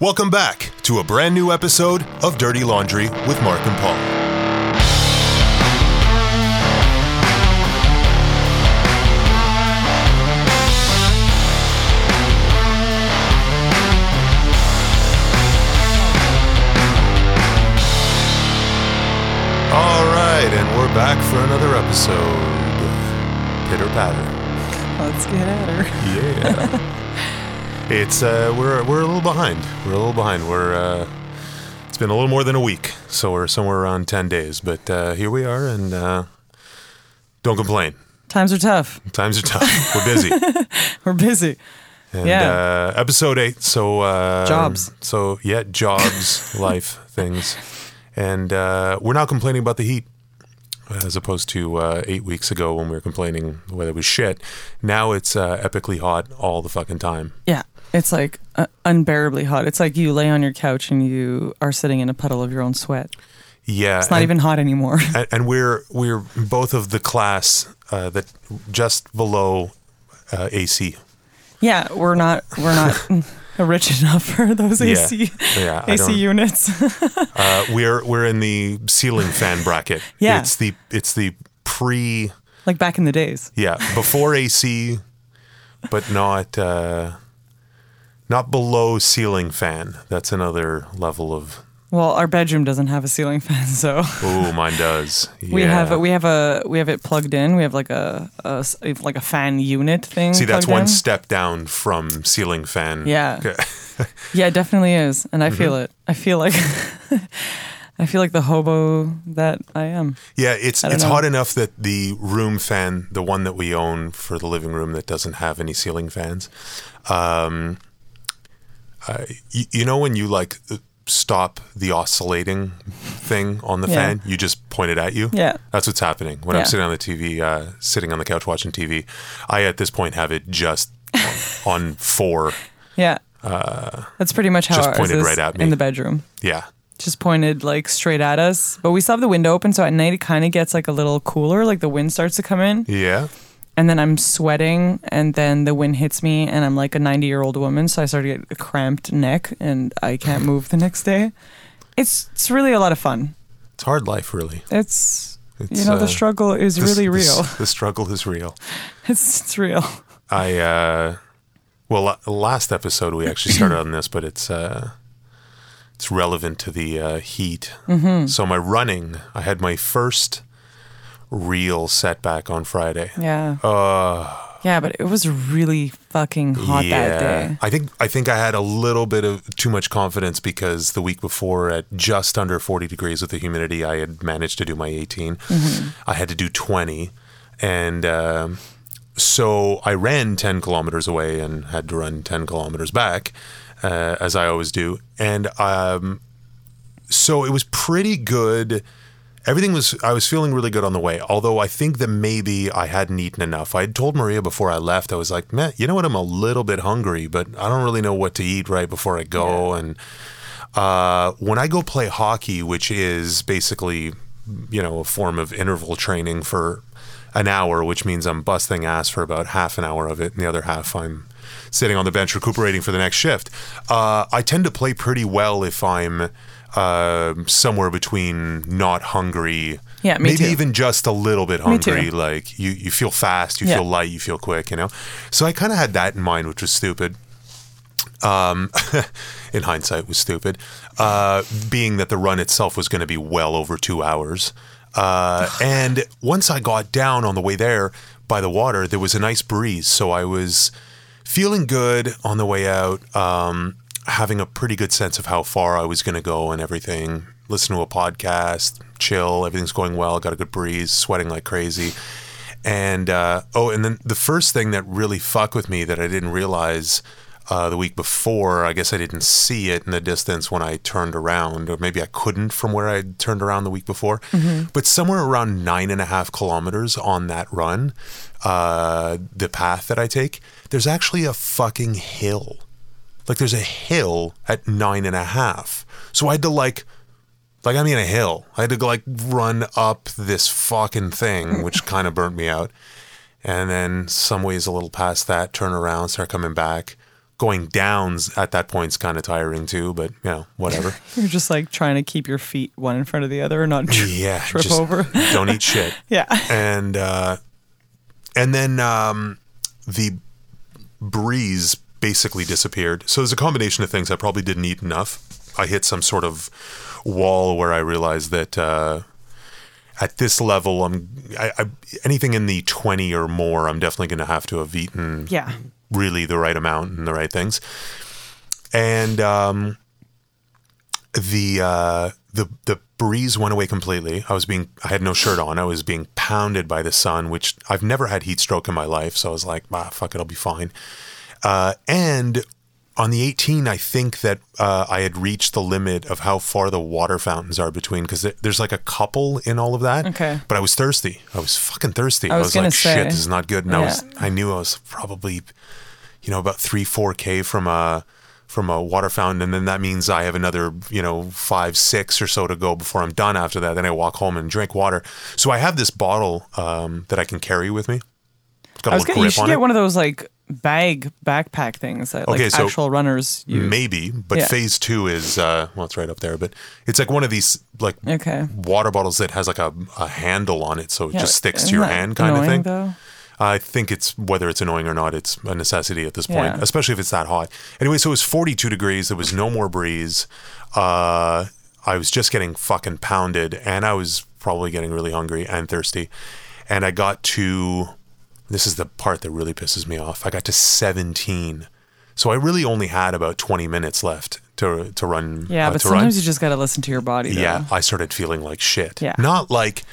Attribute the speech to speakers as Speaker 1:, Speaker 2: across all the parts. Speaker 1: Welcome back to a brand new episode of Dirty Laundry with Mark and Paul. All right, and we're back for another episode. Pitter patter.
Speaker 2: Let's get at her.
Speaker 1: Yeah. it's uh, we're we're a little behind. We're a little behind. We're uh, it's been a little more than a week, so we're somewhere around ten days. But uh, here we are, and uh, don't complain.
Speaker 2: Times are tough.
Speaker 1: Times are tough. We're busy.
Speaker 2: We're busy.
Speaker 1: And, Uh,
Speaker 2: Yeah.
Speaker 1: episode eight. So uh,
Speaker 2: Jobs.
Speaker 1: So yeah, jobs, life, things, and uh, we're now complaining about the heat, as opposed to uh, eight weeks ago when we were complaining the weather was shit. Now it's uh, epically hot all the fucking time.
Speaker 2: Yeah. It's like uh, unbearably hot. It's like you lay on your couch and you are sitting in a puddle of your own sweat.
Speaker 1: Yeah.
Speaker 2: It's not
Speaker 1: and-
Speaker 2: even hot anymore.
Speaker 1: and, and we're we're both of the class uh, that just below uh, AC.
Speaker 2: yeah, we're not we're not rich enough for those AC
Speaker 1: yeah. I
Speaker 2: AC
Speaker 1: don't-
Speaker 2: units.
Speaker 1: uh, we're we're in the ceiling fan bracket.
Speaker 2: Yeah.
Speaker 1: it's the it's the pre
Speaker 2: like back in the days.
Speaker 1: yeah before AC, but not uh, not below ceiling fan. That's another level of
Speaker 2: Well, our bedroom doesn't have a ceiling fan, so
Speaker 1: oh mine does.
Speaker 2: we
Speaker 1: Yeah.
Speaker 2: have a, we have a we have it plugged in. We have like a, a s- like a fan unit thing.
Speaker 1: See, that's
Speaker 2: plugged
Speaker 1: one
Speaker 2: in.
Speaker 1: step down from ceiling fan.
Speaker 2: Yeah. Yeah, it definitely is, and I
Speaker 1: Mm-hmm.
Speaker 2: feel it. I feel like I feel like the hobo that I am.
Speaker 1: Yeah, it's
Speaker 2: don't
Speaker 1: it's
Speaker 2: know.
Speaker 1: hot enough that the room fan, the one that we own for the living room that doesn't have any ceiling fans, um, I, you, you know when you like stop the oscillating thing on the
Speaker 2: Yeah.
Speaker 1: fan, you just point it at you.
Speaker 2: Yeah.
Speaker 1: that's what's happening when I'm
Speaker 2: Yeah.
Speaker 1: sitting on the TV, uh, sitting on the couch watching TV. I at this point have it just on, on four.
Speaker 2: Yeah, that's pretty much how
Speaker 1: Uh, just
Speaker 2: ours
Speaker 1: pointed
Speaker 2: is
Speaker 1: right at me.
Speaker 2: in the bedroom.
Speaker 1: Yeah,
Speaker 2: Just pointed like straight at us, but we still have the window open, so at night it kind of gets like a little cooler. Like the wind starts to come in,
Speaker 1: yeah.
Speaker 2: and then I'm sweating, and then the wind hits me, and I'm like a 90 year old woman, so I start to get a cramped neck, and I can't move the next day. It's it's really a lot of fun.
Speaker 1: It's hard life, really.
Speaker 2: It's,
Speaker 1: It's,
Speaker 2: you know
Speaker 1: uh,
Speaker 2: the struggle is
Speaker 1: This-
Speaker 2: really
Speaker 1: this-
Speaker 2: real.
Speaker 1: the struggle is real.
Speaker 2: it's it's real.
Speaker 1: I uh well la- last episode we actually started on this but it's uh it's relevant to the uh heat. So my running, I had my first real setback on Friday.
Speaker 2: Yeah.
Speaker 1: Uh.
Speaker 2: yeah, but it was really fucking hot that day.
Speaker 1: I think I think I had a little bit of too much confidence because the week before at just under 40 degrees with the humidity, I had managed to do my 18. I had to do 20, and um, so I ran 10 kilometers away and had to run 10 kilometers back, uh, as I always do, and um, so it was pretty good. Everything was, I was feeling really good on the way, although I think that maybe I hadn't eaten enough. I had told Maria before I left, I was like, man, you know what? I'm a little bit hungry, but I don't really know what to eat right before I go. And uh, when I go play hockey, which is basically, you know, a form of interval training for an hour, which means I'm busting ass for about half an hour of it, and the other half I'm sitting on the bench recuperating for the next shift. Uh, I tend to play pretty well if I'm uh, somewhere between not hungry.
Speaker 2: Yeah, me
Speaker 1: maybe
Speaker 2: too.
Speaker 1: even just a little bit
Speaker 2: Me too.
Speaker 1: hungry. Like you, you feel fast, you
Speaker 2: Yeah.
Speaker 1: feel light, you feel quick, you know. So I kind of had that in mind, which was stupid Um, in hindsight was stupid, uh, being that the run itself was going to be well over two hours. Uh, and once I got down on the way there by the water, there was a nice breeze. So I was feeling good on the way out, um, having a pretty good sense of how far I was going to go and everything. Listen to a podcast, chill, everything's going well, got a good breeze, sweating like crazy. And uh, oh, and then the first thing that really fucked with me that I didn't realize uh, the week before, I guess I didn't see it in the distance when I turned around, or maybe I couldn't from where I turned around the week before. But somewhere around nine and a half kilometers on that run, uh, the path that I take, there's actually a fucking hill. Like there's a hill at nine and a half. So I had to like like I mean a hill. I had to go like run up this fucking thing, which kind of burnt me out. And then some ways a little past that, turn around, start coming back, going downs at that point's kind of tiring too, but you know, whatever.
Speaker 2: You're just like trying to keep your feet one in front of the other and not tri-
Speaker 1: yeah,
Speaker 2: trip
Speaker 1: just
Speaker 2: over.
Speaker 1: don't eat shit.
Speaker 2: yeah.
Speaker 1: and uh, and then um, the breeze basically disappeared. So there's a combination of things. I probably didn't eat enough. I hit some sort of wall where I realized that uh, at this level, I'm I, I, anything in the twenty or more, I'm definitely going to have to have eaten
Speaker 2: Yeah.
Speaker 1: really the right amount and the right things. And um, the uh, the the breeze went away completely. I was being I had no shirt on. I was being pounded by the sun, which I've never had heat stroke in my life. So I was like, ah, fuck it, I'll be fine. Uh, and on the 18, I think that uh, I had reached the limit of how far the water fountains are between because there's like a couple in all of that.
Speaker 2: Okay.
Speaker 1: But I was thirsty. I was fucking thirsty. I
Speaker 2: was
Speaker 1: was,
Speaker 2: gonna
Speaker 1: like,
Speaker 2: say.
Speaker 1: shit, this is not good. And I was,
Speaker 2: Yeah.
Speaker 1: I knew I was probably, you know, about three, four k from a from a water fountain, and then that means I have another, you know, five, six or so to go before I'm done. After that, then I walk home and drink water. So I have this bottle um, that I can carry with me. It's got
Speaker 2: I
Speaker 1: a
Speaker 2: was
Speaker 1: little
Speaker 2: gonna, you
Speaker 1: grip
Speaker 2: should
Speaker 1: on
Speaker 2: get
Speaker 1: it.
Speaker 2: one of those like bag backpack things that like
Speaker 1: Okay, so-
Speaker 2: actual runners use.
Speaker 1: Maybe, but
Speaker 2: Yeah.
Speaker 1: phase two is uh, well, it's right up there, but it's like one of these like
Speaker 2: Okay.
Speaker 1: water bottles that has like a, a handle on it, so it
Speaker 2: Yeah,
Speaker 1: just sticks to
Speaker 2: isn't
Speaker 1: your
Speaker 2: that
Speaker 1: hand, kind of thing.
Speaker 2: annoying, Though?
Speaker 1: I think it's whether it's annoying or not, it's a necessity at this point,
Speaker 2: Yeah.
Speaker 1: especially if it's that hot. Anyway, so it was 42 degrees. There was no more breeze. Uh, I was just getting fucking pounded, and I was probably getting really hungry and thirsty. And I got to this is the part that really pisses me off. I got to 17. So I really only had about 20 minutes left to, to run.
Speaker 2: Yeah,
Speaker 1: uh,
Speaker 2: but
Speaker 1: to run.
Speaker 2: sometimes you just gotta listen to your body. Though.
Speaker 1: Yeah, I started feeling like shit.
Speaker 2: Yeah.
Speaker 1: Not like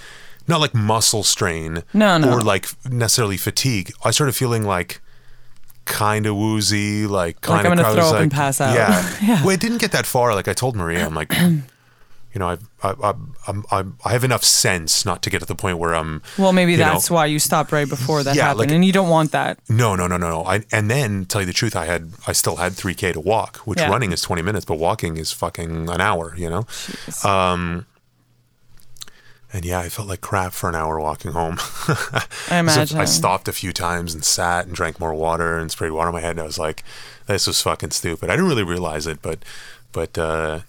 Speaker 1: not like muscle strain
Speaker 2: No, no.
Speaker 1: or like necessarily fatigue. I started feeling like kind of woozy, like kind
Speaker 2: I'm
Speaker 1: of
Speaker 2: gonna throw up and pass out.
Speaker 1: Yeah.
Speaker 2: Yeah.
Speaker 1: Well, it didn't get that far. Like I told Maria, I'm like you know, I I I I'm, I'm, I have enough sense not to get to the point where I'm
Speaker 2: Well, maybe
Speaker 1: you know,
Speaker 2: that's why you stopped right before that
Speaker 1: Yeah,
Speaker 2: happened,
Speaker 1: like-
Speaker 2: and you don't want that.
Speaker 1: no, no, no, no, no. I, and then tell you the truth, I had I still had 3k to walk, which
Speaker 2: Yeah.
Speaker 1: running is 20 minutes, but walking is fucking an hour, you know. And yeah, I felt like crap for an hour walking home.
Speaker 2: I
Speaker 1: So
Speaker 2: imagine.
Speaker 1: I stopped a few times and sat and drank more water and sprayed water on my head, and I was like, "This was fucking stupid." I didn't really realize it, but, but uh,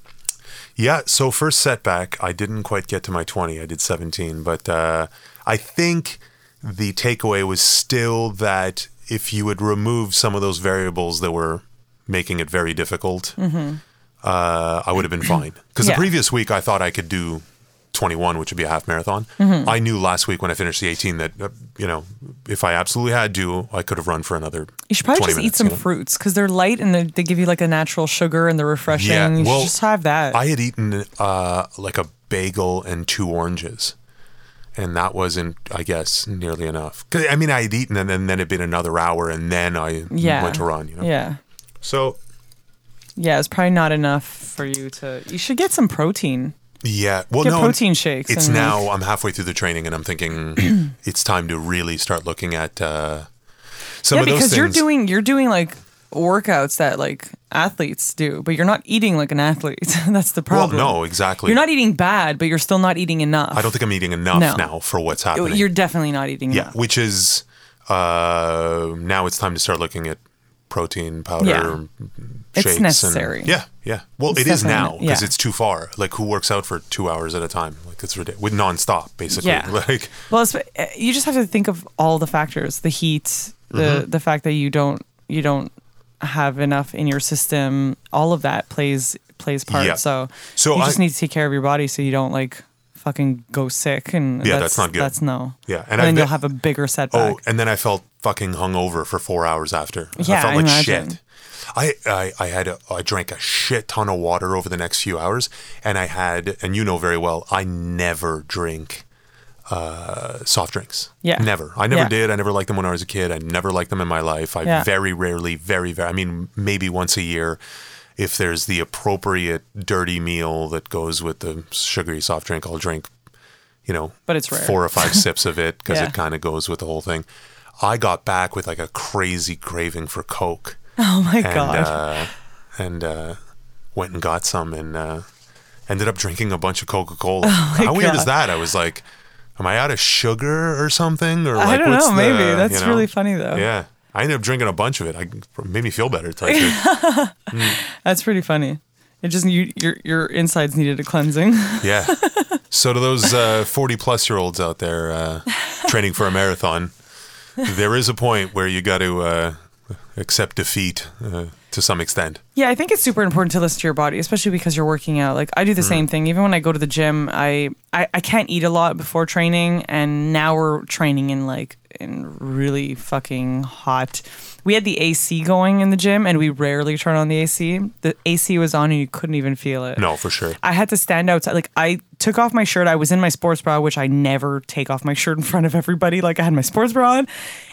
Speaker 1: yeah. So first setback, I didn't quite get to my twenty. I did seventeen, but uh, I think the takeaway was still that if you would remove some of those variables that were making it very difficult, uh, I would have been fine. Because
Speaker 2: Yeah.
Speaker 1: the previous week, I thought I could do 21, which would be a half marathon.
Speaker 2: Mm-hmm.
Speaker 1: I knew last week when I finished the 18 that, uh, you know, if I absolutely had to, I could have run for another.
Speaker 2: You should
Speaker 1: 20
Speaker 2: probably just eat
Speaker 1: minutes,
Speaker 2: some
Speaker 1: you know?
Speaker 2: fruits because they're light and they they give you like a natural sugar and they're refreshing.
Speaker 1: Yeah,
Speaker 2: you
Speaker 1: well,
Speaker 2: should just have that.
Speaker 1: I had eaten uh, like a bagel and two oranges. And that wasn't, I guess, nearly enough. 'Cause, I mean, I had eaten and then, then it'd been another hour and then I
Speaker 2: yeah.
Speaker 1: went to run, you know?
Speaker 2: Yeah.
Speaker 1: So,
Speaker 2: Yeah, it's probably not enough for you to. You should get some protein.
Speaker 1: yeah. Well,
Speaker 2: Get
Speaker 1: no. and-
Speaker 2: protein shakes.
Speaker 1: It's
Speaker 2: and, like,
Speaker 1: now I'm halfway through the training and I'm thinking it's time to really start looking at uh, some
Speaker 2: yeah,
Speaker 1: of those
Speaker 2: because
Speaker 1: things.
Speaker 2: you're doing you're doing like workouts that like athletes do, but you're not eating like an athlete. That's the
Speaker 1: well,
Speaker 2: problem.
Speaker 1: no, exactly.
Speaker 2: You're not eating bad, but you're still not eating enough.
Speaker 1: I don't think I'm eating enough
Speaker 2: No.
Speaker 1: now for what's happening.
Speaker 2: You're definitely not eating
Speaker 1: yeah,
Speaker 2: enough.
Speaker 1: which is uh, now it's time to start looking at protein powder
Speaker 2: It's
Speaker 1: shakes. and-
Speaker 2: necessary.
Speaker 1: yeah, yeah. Well, it's now
Speaker 2: definitely-
Speaker 1: because
Speaker 2: yeah.
Speaker 1: it's too far. Like, who works out for two hours at a time? Like, it's ridiculous. With nonstop, basically.
Speaker 2: Yeah.
Speaker 1: Like,
Speaker 2: Well, it's, uh, you just have to think of all the factors: the heat, the
Speaker 1: Mm-hmm.
Speaker 2: the fact that you don't you don't have enough in your system. All of that plays plays part.
Speaker 1: Yeah.
Speaker 2: So,
Speaker 1: So
Speaker 2: you
Speaker 1: I-
Speaker 2: just need to take care of your body so you don't like fucking go sick. And
Speaker 1: Yeah, that's not good.
Speaker 2: That's no.
Speaker 1: Yeah, and I've
Speaker 2: and, then
Speaker 1: been-
Speaker 2: you'll have a bigger setback.
Speaker 1: Oh, and then I felt fucking hungover for four hours after. I
Speaker 2: Yeah,
Speaker 1: felt
Speaker 2: I
Speaker 1: like
Speaker 2: imagine.
Speaker 1: shit. I, I, I had a, I drank a shit ton of water over the next few hours, and I had and you know very well I never drink uh, soft drinks.
Speaker 2: Yeah.
Speaker 1: never. I never
Speaker 2: Yeah.
Speaker 1: did. I never liked them when I was a kid. I never liked them in my life. I
Speaker 2: Yeah.
Speaker 1: very rarely, very very. I mean, maybe once a year, if there's the appropriate dirty meal that goes with the sugary soft drink, I'll drink you know,
Speaker 2: But it's rare.
Speaker 1: four or five sips of it because
Speaker 2: Yeah.
Speaker 1: it kind of goes with the whole thing. I got back with like a crazy craving for Coke,
Speaker 2: Oh my
Speaker 1: and
Speaker 2: god.
Speaker 1: uh, and uh, went and got some, and uh, ended up drinking a bunch of Coca Cola. How weird is
Speaker 2: Oh God.
Speaker 1: that? I was like, "Am I out of sugar or something?" Or like,
Speaker 2: I don't
Speaker 1: what's
Speaker 2: know. Maybe
Speaker 1: the-
Speaker 2: that's
Speaker 1: you know?
Speaker 2: really funny though.
Speaker 1: Yeah, I ended up drinking a bunch of it. I it made me feel better. Type thing.
Speaker 2: That's pretty funny. It just you, your your insides needed a cleansing.
Speaker 1: yeah. So to those uh, forty plus year olds out there uh, training for a marathon, there is a point where you got to uh, accept defeat uh, to some extent.
Speaker 2: Yeah, I think it's super important to listen to your body, especially because you're working out. Like I do the same thing. Even when I go to the gym, I, I I can't eat a lot before training, and now we're training in like in really fucking hot. We had the AC going in the gym, and we rarely turn on the AC. The AC was on, and you couldn't even feel it.
Speaker 1: No, for sure.
Speaker 2: I had to stand outside. Like I took off my shirt. I was in my sports bra, which I never take off my shirt in front of everybody. Like I had my sports bra on,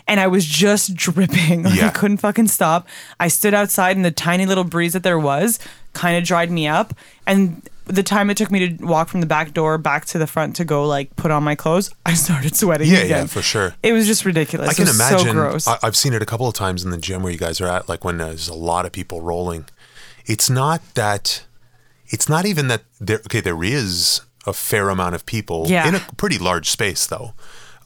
Speaker 2: and I was just dripping. Like
Speaker 1: Yeah.
Speaker 2: I couldn't fucking stop. I stood outside, and the tiny little breeze that there was kind of dried me up. And the time it took me to walk from the back door back to the front to go like put on my clothes, I started sweating.
Speaker 1: Yeah, yeah,
Speaker 2: again.
Speaker 1: for sure.
Speaker 2: It was just ridiculous.
Speaker 1: I can
Speaker 2: it was
Speaker 1: imagine. uh,
Speaker 2: So gross.
Speaker 1: I, I've seen it a couple of times in the gym where you guys are at, like when there's a lot of people rolling. It's not that. It's not even that there. Okay, there is a fair amount of people
Speaker 2: Yeah.
Speaker 1: in a pretty large space, though.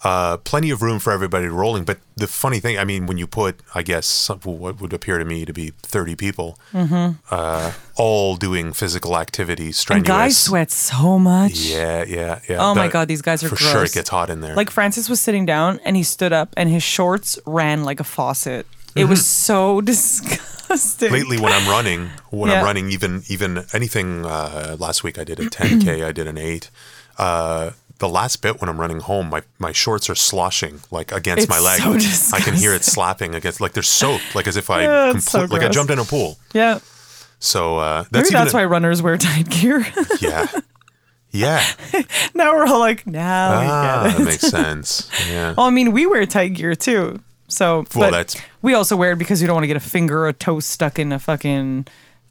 Speaker 1: Uh, plenty of room for everybody rolling. But the funny thing, I mean, when you put, I guess, some, what would appear to me to be 30 people, uh, all doing physical activity,
Speaker 2: Mm-hmm. and
Speaker 1: strenuous.
Speaker 2: guys sweat so much.
Speaker 1: Yeah, yeah, yeah.
Speaker 2: Oh my
Speaker 1: That-
Speaker 2: God, these guys are
Speaker 1: for sure. It
Speaker 2: gross.
Speaker 1: gets hot in there.
Speaker 2: Like Francis was sitting down and he stood up and his shorts ran like a faucet. It was so disgusting.
Speaker 1: Mm-hmm. lately when I'm running, when
Speaker 2: Yeah.
Speaker 1: I'm running, even even anything. Uh, last week I did a 10k, I did an eight. Uh, the last bit when I'm running home, my, my shorts are sloshing like against
Speaker 2: It's
Speaker 1: my leg.
Speaker 2: so
Speaker 1: I can hear it slapping against like they're soaked, like as if I
Speaker 2: Yeah, it's so
Speaker 1: like I
Speaker 2: gross.
Speaker 1: jumped in a pool.
Speaker 2: Yeah.
Speaker 1: So uh,
Speaker 2: Maybe
Speaker 1: that's even
Speaker 2: that's why runners wear tight gear.
Speaker 1: yeah, yeah.
Speaker 2: now we're all like, now we
Speaker 1: Ah,
Speaker 2: get it. Oh.
Speaker 1: that makes sense. Yeah.
Speaker 2: Well, I mean, we wear tight gear too. So,
Speaker 1: Well,
Speaker 2: but
Speaker 1: that's-
Speaker 2: we also wear it because we don't want to get a finger or a toe stuck in a fucking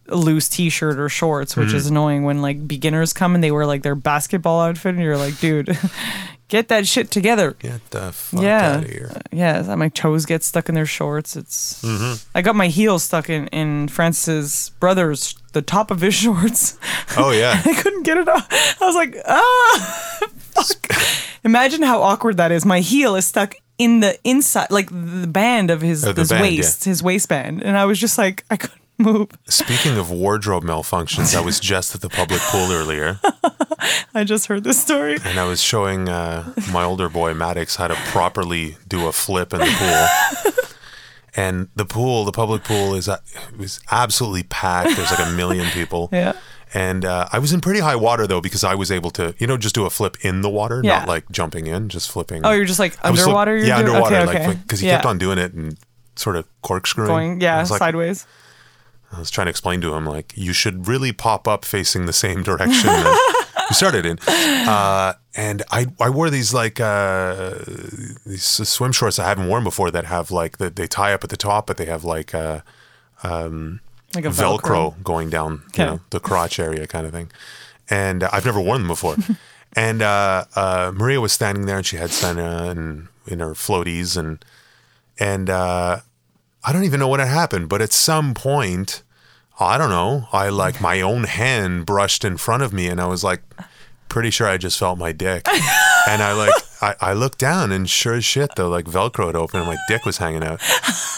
Speaker 2: loose t-shirt or shorts, which
Speaker 1: Mm-hmm.
Speaker 2: is annoying when like beginners come and they wear like their basketball outfit and you're like, dude, get that shit together.
Speaker 1: Get the fuck
Speaker 2: yeah. Uh,
Speaker 1: out of here.
Speaker 2: Yeah, so my toes get stuck in their shorts. It's
Speaker 1: Mm-hmm.
Speaker 2: I got my heels stuck in in Francis's brother's the top of his shorts.
Speaker 1: Oh yeah.
Speaker 2: I couldn't get it off. I was like, ah, fuck. Imagine how awkward that is. My heel is stuck in the inside, like the band of his,
Speaker 1: Of the
Speaker 2: his
Speaker 1: band, yeah.
Speaker 2: waist, his waistband, and I was just like, I couldn't move.
Speaker 1: Speaking of wardrobe malfunctions, I was just at the public pool earlier.
Speaker 2: I just heard this story.
Speaker 1: and I was showing uh, my older boy Maddox how to properly do a flip in the pool. And the pool, the public pool, is uh, it was absolutely packed. There's like a million people.
Speaker 2: Yeah.
Speaker 1: And uh, I was in pretty high water though because I was able to, you know, just do a flip in the water,
Speaker 2: Yeah.
Speaker 1: not like jumping in, just flipping.
Speaker 2: Oh, you're just like
Speaker 1: I was flip-
Speaker 2: underwater. you're
Speaker 1: yeah,
Speaker 2: doing?
Speaker 1: underwater,
Speaker 2: Okay,
Speaker 1: like
Speaker 2: okay.
Speaker 1: because he
Speaker 2: Yeah.
Speaker 1: kept on doing it and sort of corkscrewing.
Speaker 2: going,
Speaker 1: I
Speaker 2: yeah,
Speaker 1: was like,
Speaker 2: sideways.
Speaker 1: I was trying to explain to him like you should really pop up facing the same direction that you started in. Uh, and I I wore these like uh, these swim shorts I haven't worn before that have like that they tie up at the top, but they have like uh,
Speaker 2: Like a
Speaker 1: Velcro. going down
Speaker 2: Okay.
Speaker 1: you know, the crotch area kind of thing. And uh, I've never worn them before. and uh, uh, Maria was standing there and she had Senna and in her floaties and and uh, I don't even know what had happened, but at some point, I don't know, I like my own hand brushed in front of me and I was like pretty sure I just felt my dick. and I like I, I looked down and sure as shit though, like Velcro had opened and my dick was hanging out.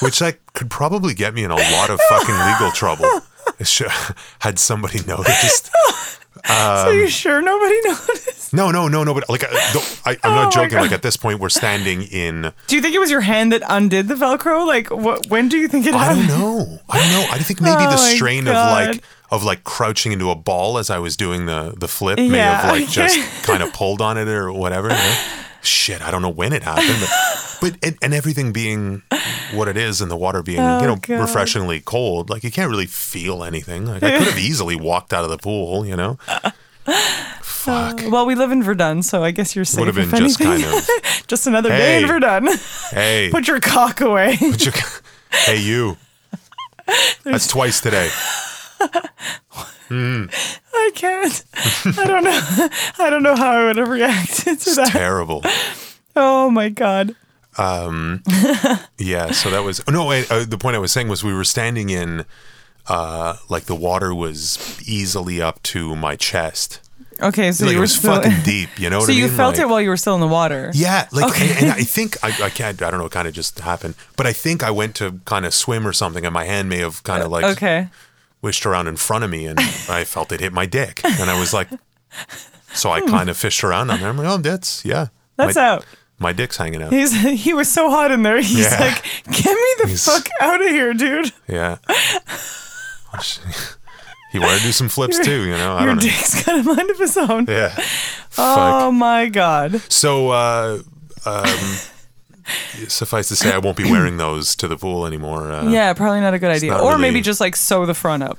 Speaker 1: Which like could probably get me in a lot of fucking legal trouble. Sure, had somebody noticed.
Speaker 2: so
Speaker 1: um,
Speaker 2: you sure nobody noticed?
Speaker 1: No, no, no, no. But like, I, don't- I, I'm
Speaker 2: Oh my
Speaker 1: not joking.
Speaker 2: God.
Speaker 1: Like at this point, we're standing in.
Speaker 2: Do you think it was your hand that undid the Velcro? Like, what? When do you think it
Speaker 1: I
Speaker 2: happened?
Speaker 1: don't know. I don't know. I think maybe
Speaker 2: Oh
Speaker 1: the
Speaker 2: my
Speaker 1: strain
Speaker 2: God.
Speaker 1: of like of like crouching into a ball as I was doing the the flip may
Speaker 2: Yeah,
Speaker 1: have like
Speaker 2: okay.
Speaker 1: just kind of pulled on it or whatever. you know? Shit, I don't know when it happened, but, but and, and everything being what it is, and the water being
Speaker 2: Oh,
Speaker 1: you know
Speaker 2: God.
Speaker 1: refreshingly cold, like you can't really feel anything. Like I could have easily walked out of the pool, you know. Fuck,
Speaker 2: Well, we live in Verdun, so I guess you're safe.
Speaker 1: would have been
Speaker 2: if
Speaker 1: just
Speaker 2: anything.
Speaker 1: kind of
Speaker 2: Just another day in
Speaker 1: Hey.
Speaker 2: Verdun.
Speaker 1: hey.
Speaker 2: Put your cock away.
Speaker 1: But you- hey, you. That's twice today.
Speaker 2: I can't. I don't know. I don't know how I would have reacted to that.
Speaker 1: Terrible.
Speaker 2: Oh my god.
Speaker 1: Yeah. So that was oh, no. Wait, uh, the point I was saying was we were standing in, uh, like the water was easily up to my chest,
Speaker 2: Okay, so
Speaker 1: Like,
Speaker 2: you
Speaker 1: it
Speaker 2: were
Speaker 1: was
Speaker 2: still,
Speaker 1: fucking deep. You know what
Speaker 2: so
Speaker 1: I mean?
Speaker 2: you felt
Speaker 1: Like-
Speaker 2: it while you were still in the water.
Speaker 1: Yeah, like,
Speaker 2: Okay.
Speaker 1: and, and I think I, I can't. I don't know. It kind of just happened, but I think I went to kind of swim or something, and my hand may have kind of like
Speaker 2: Uh, Okay.
Speaker 1: wished around in front of me, and I felt it hit my dick, and I was like, so I kind of fished around on there. I'm like, oh, that's yeah,
Speaker 2: Hmm. That's
Speaker 1: my,
Speaker 2: out.
Speaker 1: My dick's hanging out.
Speaker 2: He's he was so hot in there. He's
Speaker 1: Yeah.
Speaker 2: like, get me the
Speaker 1: He's-
Speaker 2: fuck out of here, dude.
Speaker 1: Yeah. he wanted to do some flips too, you know. I
Speaker 2: Your
Speaker 1: don't know.
Speaker 2: dick's got a mind of his own.
Speaker 1: Yeah. Fuck.
Speaker 2: Oh my god.
Speaker 1: So, uh, um, suffice to say, I won't be wearing those to the pool anymore. Uh,
Speaker 2: Yeah, probably not a good idea.
Speaker 1: not
Speaker 2: Or
Speaker 1: really-
Speaker 2: maybe just like sew the front up.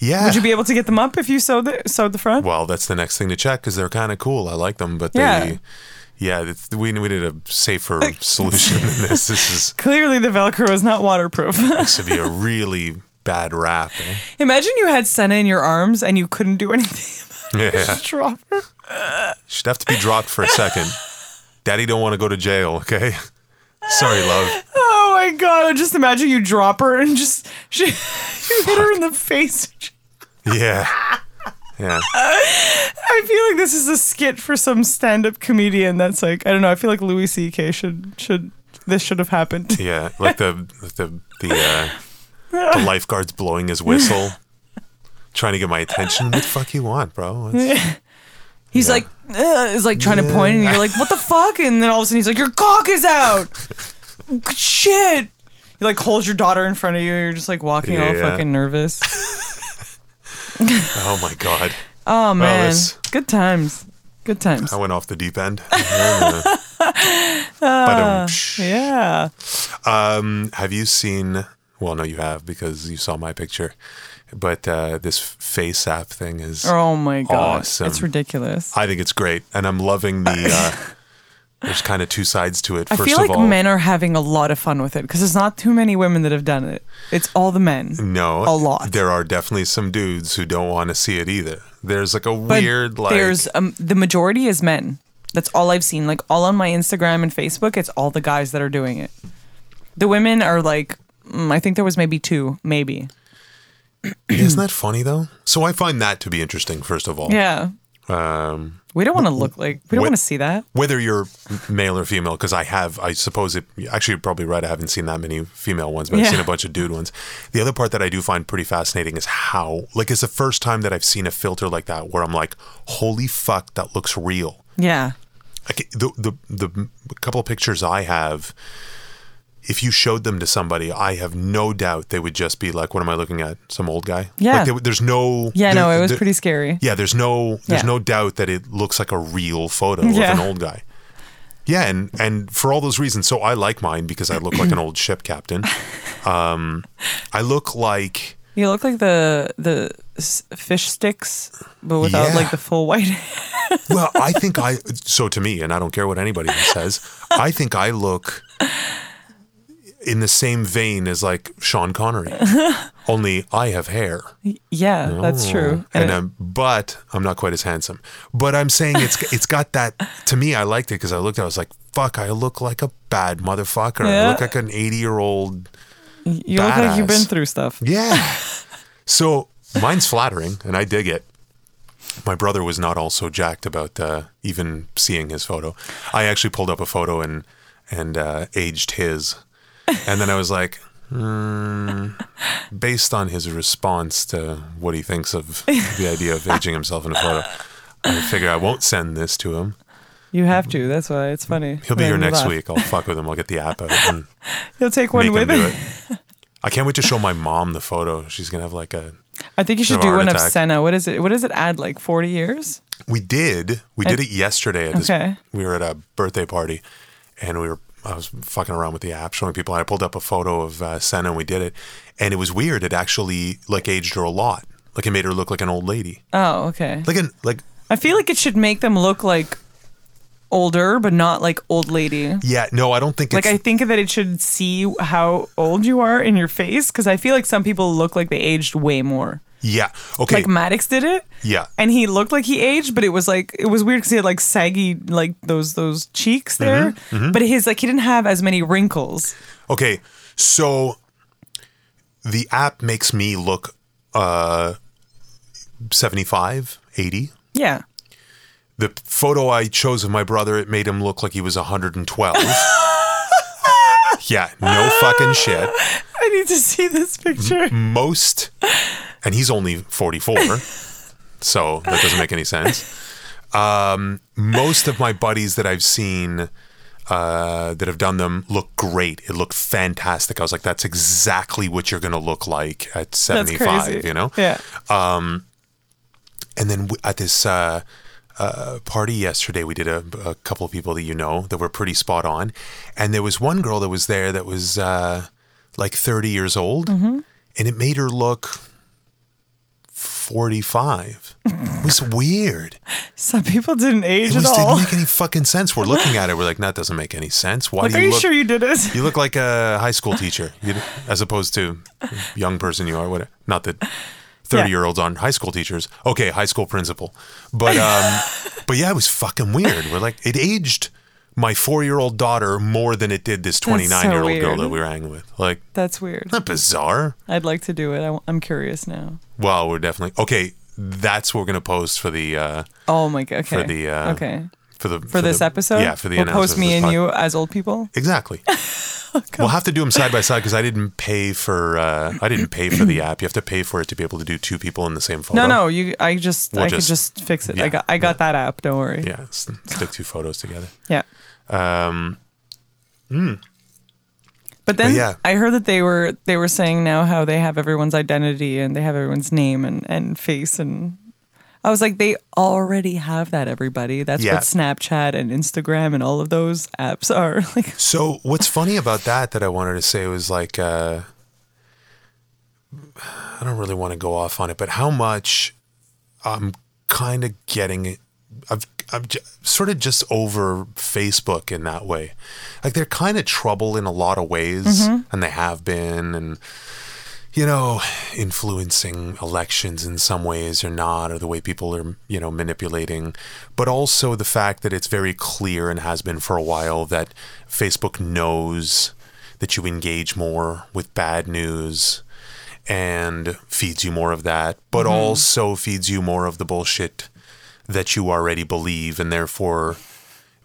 Speaker 1: yeah.
Speaker 2: Would you be able to get them up if you sewed the sewed the front?
Speaker 1: Well, that's the next thing to check because they're kind of cool. I like them, but
Speaker 2: Yeah.
Speaker 1: they, yeah, it's- we we need a safer solution than this. This is
Speaker 2: Clearly, the Velcro is not waterproof.
Speaker 1: this would be a really bad rap. eh?
Speaker 2: Imagine you had Senna in your arms and you couldn't do anything.
Speaker 1: Yeah,
Speaker 2: Just drop her.
Speaker 1: should have to be dropped for a second. Daddy don't want to go to jail. Okay, sorry, love.
Speaker 2: Oh my god! I just imagine you drop her and just she, you hit her in the face.
Speaker 1: Yeah, yeah.
Speaker 2: I feel like this is a skit for some stand-up comedian. That's like I don't know. I feel like Louis C.K. should should this should have happened.
Speaker 1: Yeah, like the the the, uh, the lifeguard's blowing his whistle, trying to get my attention. What the fuck you want, bro? It's-
Speaker 2: He's like uh, is like trying to point, and you're like, what the fuck? And then all of a sudden he's like, your cock is out. Shit. You like hold your daughter in front of you. You're just like walking all
Speaker 1: Yeah.
Speaker 2: fucking nervous.
Speaker 1: oh my god,
Speaker 2: Oh man,
Speaker 1: this-
Speaker 2: good times. Good times.
Speaker 1: I went off the deep end.
Speaker 2: Ah.
Speaker 1: Ba-dum.
Speaker 2: Yeah.
Speaker 1: Um, have you seen? Well, no, you have because you saw my picture. But uh, this face app thing is.
Speaker 2: Oh my god,
Speaker 1: Awesome. Uh,
Speaker 2: it's ridiculous.
Speaker 1: I think it's great, and I'm loving the. Uh, there's kind of two sides to it.
Speaker 2: I
Speaker 1: First
Speaker 2: feel
Speaker 1: of
Speaker 2: like
Speaker 1: all,
Speaker 2: men are having a lot of fun with it because there's not too many women that have done it. It's all the men.
Speaker 1: no,
Speaker 2: a lot.
Speaker 1: There are definitely some dudes who don't want to see it either. There's like a
Speaker 2: But
Speaker 1: weird like.
Speaker 2: there's um, the majority is men. That's all I've seen. Like all on my Instagram and Facebook, it's all the guys that are doing it. The women are like, mm, I think there was maybe two, maybe.
Speaker 1: isn't that funny though? So I find that to be interesting. First of all,
Speaker 2: Yeah,
Speaker 1: Um,
Speaker 2: we don't want to look like we don't
Speaker 1: Wh-
Speaker 2: want to see that.
Speaker 1: whether you're male or female, because I have, I suppose it, actually, you're probably right. I haven't seen that many female ones, but I've
Speaker 2: Yeah.
Speaker 1: seen a bunch of dude ones. The other part that I do find pretty fascinating is how, like, it's the first time that I've seen a filter like that where I'm like, holy fuck, that looks real.
Speaker 2: Yeah,
Speaker 1: Like, the, the, the couple of pictures I have, if you showed them to somebody, I have no doubt they would just be like, what am I looking at? Some old guy?
Speaker 2: Yeah.
Speaker 1: Like, they, would- there's no.
Speaker 2: yeah.
Speaker 1: there-
Speaker 2: No, it was
Speaker 1: there-
Speaker 2: pretty scary.
Speaker 1: yeah, there's no there's
Speaker 2: Yeah.
Speaker 1: no doubt that it looks like a real photo
Speaker 2: Yeah.
Speaker 1: of an old guy. Yeah, and and for all those reasons, so I like mine because I look like an old ship captain. Um, I look like
Speaker 2: You look like the the s- fish sticks, but without
Speaker 1: Yeah.
Speaker 2: like the full white.
Speaker 1: well, I think I so to me, and I don't care what anybody else says. I think I look in the same vein as like Sean Connery, only I have hair.
Speaker 2: yeah, that's true.
Speaker 1: And,
Speaker 2: And it-
Speaker 1: um, but I'm not quite as handsome. But I'm saying it's it's got that to me. I liked it because I looked. at it, I was like, "Fuck! I look like a bad motherfucker. I
Speaker 2: Yeah.
Speaker 1: look like an 80 year old."
Speaker 2: you look like you've been
Speaker 1: badass.
Speaker 2: through stuff.
Speaker 1: Yeah. so mine's flattering, and I dig it. My brother was not all so jacked about uh, even seeing his photo. I actually pulled up a photo and and uh, aged his, and then I was like. "Hmm, based on his response to what he thinks of the idea of aging himself in a photo, I figure I won't send this to him.
Speaker 2: You have to. That's why it's funny.
Speaker 1: He'll be
Speaker 2: Made
Speaker 1: here
Speaker 2: me
Speaker 1: next
Speaker 2: laugh.
Speaker 1: week. I'll fuck with him. I'll get the app out and
Speaker 2: He'll take one
Speaker 1: make him
Speaker 2: with
Speaker 1: do
Speaker 2: him.
Speaker 1: it. I can't wait to show my mom the photo. She's gonna have like a
Speaker 2: I think you should
Speaker 1: Have a
Speaker 2: do
Speaker 1: heart
Speaker 2: one of
Speaker 1: attack.
Speaker 2: Senna. What is it? What does it add? Like forty years?
Speaker 1: We did. We did it yesterday at this.
Speaker 2: Okay.
Speaker 1: We were at a birthday party, and we were. I was fucking around with the app, showing people. And I pulled up a photo of uh, Senna, and we did it. And it was weird. It actually like aged her a lot. Like it made her look like an old lady.
Speaker 2: Oh, okay.
Speaker 1: Like an like
Speaker 2: I feel like it should make them look like older, but not like old lady.
Speaker 1: yeah. No, I don't think
Speaker 2: Like
Speaker 1: it's.
Speaker 2: I think that it should see how old you are in your face, because I feel like some people look like they aged way more.
Speaker 1: yeah. Okay.
Speaker 2: Like Maddox did it.
Speaker 1: Yeah.
Speaker 2: And he looked like he aged, but it was like it was weird because he had like saggy like those those cheeks
Speaker 1: Mm-hmm,
Speaker 2: there, but his like he didn't have as many wrinkles.
Speaker 1: Okay, so the app makes me look uh 75, 80.
Speaker 2: Yeah.
Speaker 1: The photo I chose of my brother, it made him look like he was 112. yeah, no fucking shit.
Speaker 2: I need to see this picture.
Speaker 1: Mm-hmm. Most, and he's only 44, so that doesn't make any sense. Um, most of my buddies that I've seen uh, that have done them look great. It looked fantastic. I was like, that's exactly what you're going to look like at
Speaker 2: That's
Speaker 1: 75,
Speaker 2: crazy.
Speaker 1: you know?
Speaker 2: Yeah.
Speaker 1: and then w- at this uh, uh, party yesterday, we did a, a couple of people that you know that were pretty spot on, and there was one girl that was there that was uh, like 30 years old,
Speaker 2: Mm-hmm.
Speaker 1: and it made her look 45. It was weird.
Speaker 2: Some people didn't age
Speaker 1: It
Speaker 2: at
Speaker 1: was
Speaker 2: all.
Speaker 1: didn't make any fucking sense. We're looking at it, we're like, that doesn't make any sense. Why
Speaker 2: Like,
Speaker 1: do
Speaker 2: are
Speaker 1: you,
Speaker 2: you
Speaker 1: look?
Speaker 2: sure you did it?
Speaker 1: You look like a high school teacher, you, as opposed to young person you are. What? Not that thirty-year-olds aren't high school teachers. Okay, high school principal. But um, but yeah, it was fucking weird. We're like, it aged my four-year-old daughter more than it did this twenty-nine-year-old girl
Speaker 2: weird.
Speaker 1: that we were hanging with. Like,
Speaker 2: That's weird.
Speaker 1: not bizarre.
Speaker 2: I'd like to do it. I, am curious now.
Speaker 1: Well, we're definitely okay. That's what we're gonna post for the uh,
Speaker 2: Oh my god. Okay.
Speaker 1: for the uh,
Speaker 2: okay.
Speaker 1: for the
Speaker 2: For this
Speaker 1: the-
Speaker 2: episode,
Speaker 1: Yeah, for the
Speaker 2: we'll post
Speaker 1: announcement
Speaker 2: me
Speaker 1: for this
Speaker 2: and
Speaker 1: pod-
Speaker 2: you as old people.
Speaker 1: Exactly. we'll have to do them side by side because I didn't pay for uh, I didn't pay for the app. You have to pay for it to be able to do two people in the same photo.
Speaker 2: No, no, you. I just,
Speaker 1: We'll
Speaker 2: I
Speaker 1: just-
Speaker 2: could just fix it.
Speaker 1: yeah,
Speaker 2: I got, I got that app. Don't worry.
Speaker 1: Yeah, s- stick two photos together.
Speaker 2: Yeah. Um. But then
Speaker 1: hmm. But yeah.
Speaker 2: I heard that they were they were saying now how they have everyone's identity and they have everyone's name and, and face and I was like they already have that everybody that's
Speaker 1: Yeah.
Speaker 2: what Snapchat and Instagram and all of those apps are like
Speaker 1: So what's funny about that that I wanted to say was like uh, I don't really want to go off on it, but how much I'm kind of getting it. I've I'm j- sort of just over Facebook in that way. Like they're kind of trouble in a lot of ways,
Speaker 2: Mm-hmm.
Speaker 1: and they have been, and you know, influencing elections in some ways or not, or the way people are, you know, manipulating, but also the fact that it's very clear and has been for a while that Facebook knows that you engage more with bad news and feeds you more of that, but also feeds you more of the bullshit that you already believe, and therefore,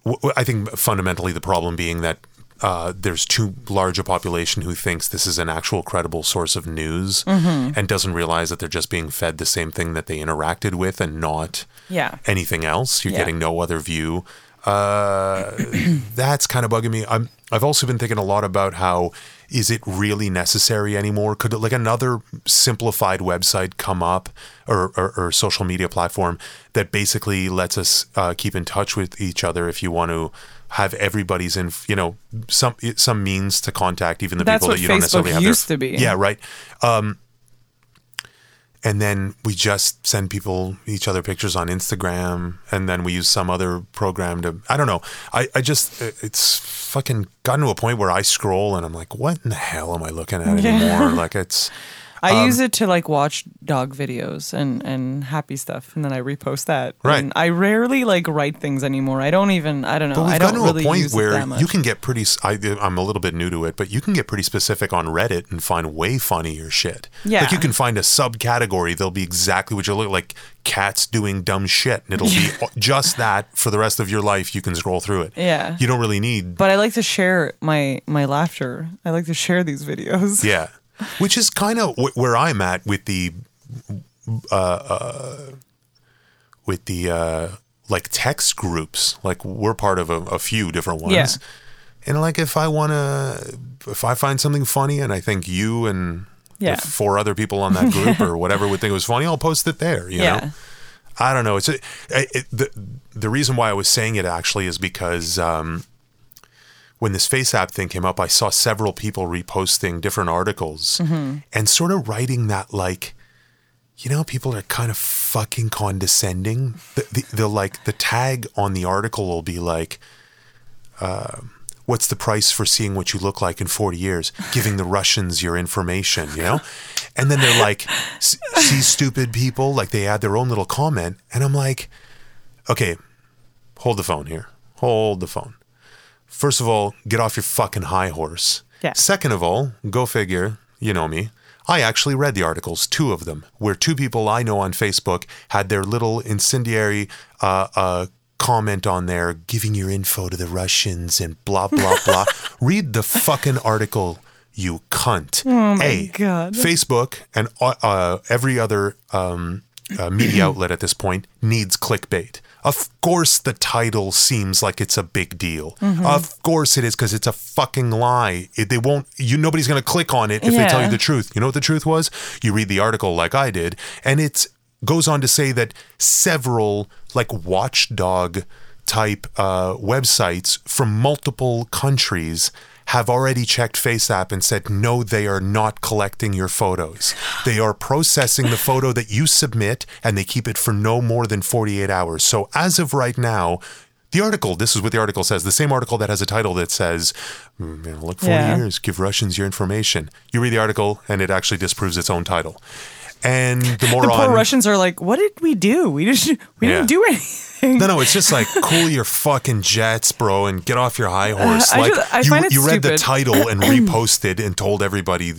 Speaker 1: w- w- I think fundamentally the problem being that uh, there's too large a population who thinks this is an actual credible source of news and doesn't realize that they're just being fed the same thing that they interacted with and not
Speaker 2: yeah
Speaker 1: anything else. You're
Speaker 2: Yeah.
Speaker 1: getting no other view. Uh, that's kind of bugging me. I'm. I've also been thinking a lot about how is it really necessary anymore? Could like another simplified website come up or or, or social media platform that basically lets us uh, keep in touch with each other if you want to have everybody's in you know some some means to contact even the
Speaker 2: That's
Speaker 1: people
Speaker 2: what
Speaker 1: that you don't
Speaker 2: Facebook
Speaker 1: necessarily have their-
Speaker 2: used to be.
Speaker 1: yeah right and then we just send people each other pictures on Instagram, and then we use some other program to. I don't know. I, I just it- it's fucking gotten to a point where I scroll and I'm like, what in the hell am I looking at
Speaker 2: Yeah.
Speaker 1: anymore? Like it's Um,
Speaker 2: I use it to like watch dog videos and and happy stuff, and then I repost that.
Speaker 1: Right.
Speaker 2: And I rarely like write things anymore. I don't even. I don't know.
Speaker 1: But we've
Speaker 2: I don't
Speaker 1: gotten to
Speaker 2: really
Speaker 1: a point
Speaker 2: use it
Speaker 1: where
Speaker 2: that much.
Speaker 1: you can get pretty. s- I, am a little bit new to it, but you can get pretty specific on Reddit and find way funnier shit.
Speaker 2: Yeah.
Speaker 1: Like you can find a subcategory. They'll be exactly what you look like. Cats doing dumb shit, and it'll be just that for the rest of your life. You can scroll through it.
Speaker 2: Yeah.
Speaker 1: You don't really need.
Speaker 2: but I like to share my my laughter. I like to share these videos.
Speaker 1: Yeah. Which is kind of wh- where I'm at with the uh, with the uh, like text groups. Like we're part of a, a few different ones.
Speaker 2: Yeah.
Speaker 1: And like if I wanna, if I find something funny and I think you and the
Speaker 2: Yeah.
Speaker 1: four other people on that group or whatever would think it was funny, I'll post it there. You
Speaker 2: Yeah.
Speaker 1: know. I don't know. It's a, it, it- the the reason why I was saying it actually is because um, when this face app thing came up, I saw several people reposting different articles and sort of writing that like you know, people are kind of fucking condescending. The, the, the like the tag on the article will be like, uh, "What's the price for seeing what you look like in 40 years?" Giving the Russians your information, you know, and then they're like, "S- "See stupid people," like they add their own little comment, and I'm like, "Okay, hold the phone here. Hold the phone. First of all, get off your fucking high horse.
Speaker 2: Yeah.
Speaker 1: Second of all, go figure, you know me. I actually read the articles, two of them, where two people I know on Facebook had their little incendiary uh, uh, comment on there giving your info to the Russians and blah blah blah. Read the fucking article, you cunt. Oh my a,
Speaker 2: God.
Speaker 1: Facebook and uh, uh, every other um, uh, media outlet at this point needs clickbait. Of course, the title seems like it's a big deal. Of course, it is because it's a fucking lie. It- they won't. You nobody's gonna click on it if they tell you
Speaker 2: Yeah.
Speaker 1: the truth. You know what the truth was? You read the article like I did, and it goes on to say that several like watchdog type uh, websites from multiple countries have already checked FaceApp and said no they are not collecting your photos they are processing the photo that you submit and they keep it for no more than 48 hours so as of right now the article this is what the article says the same article that has a title that says "Mm, you know, look 40
Speaker 2: Yeah.
Speaker 1: years is give Russians your information. You read the article, and it actually disproves its own title. And the moron.
Speaker 2: The poor Russians are like, what did we do? We just we
Speaker 1: Yeah.
Speaker 2: didn't do anything.
Speaker 1: no, no, it's just like cool your fucking jets, bro, and get off your high horse.
Speaker 2: I
Speaker 1: like
Speaker 2: just- I
Speaker 1: you,
Speaker 2: find it
Speaker 1: you read the
Speaker 2: stupid.
Speaker 1: title and reposted and told everybody,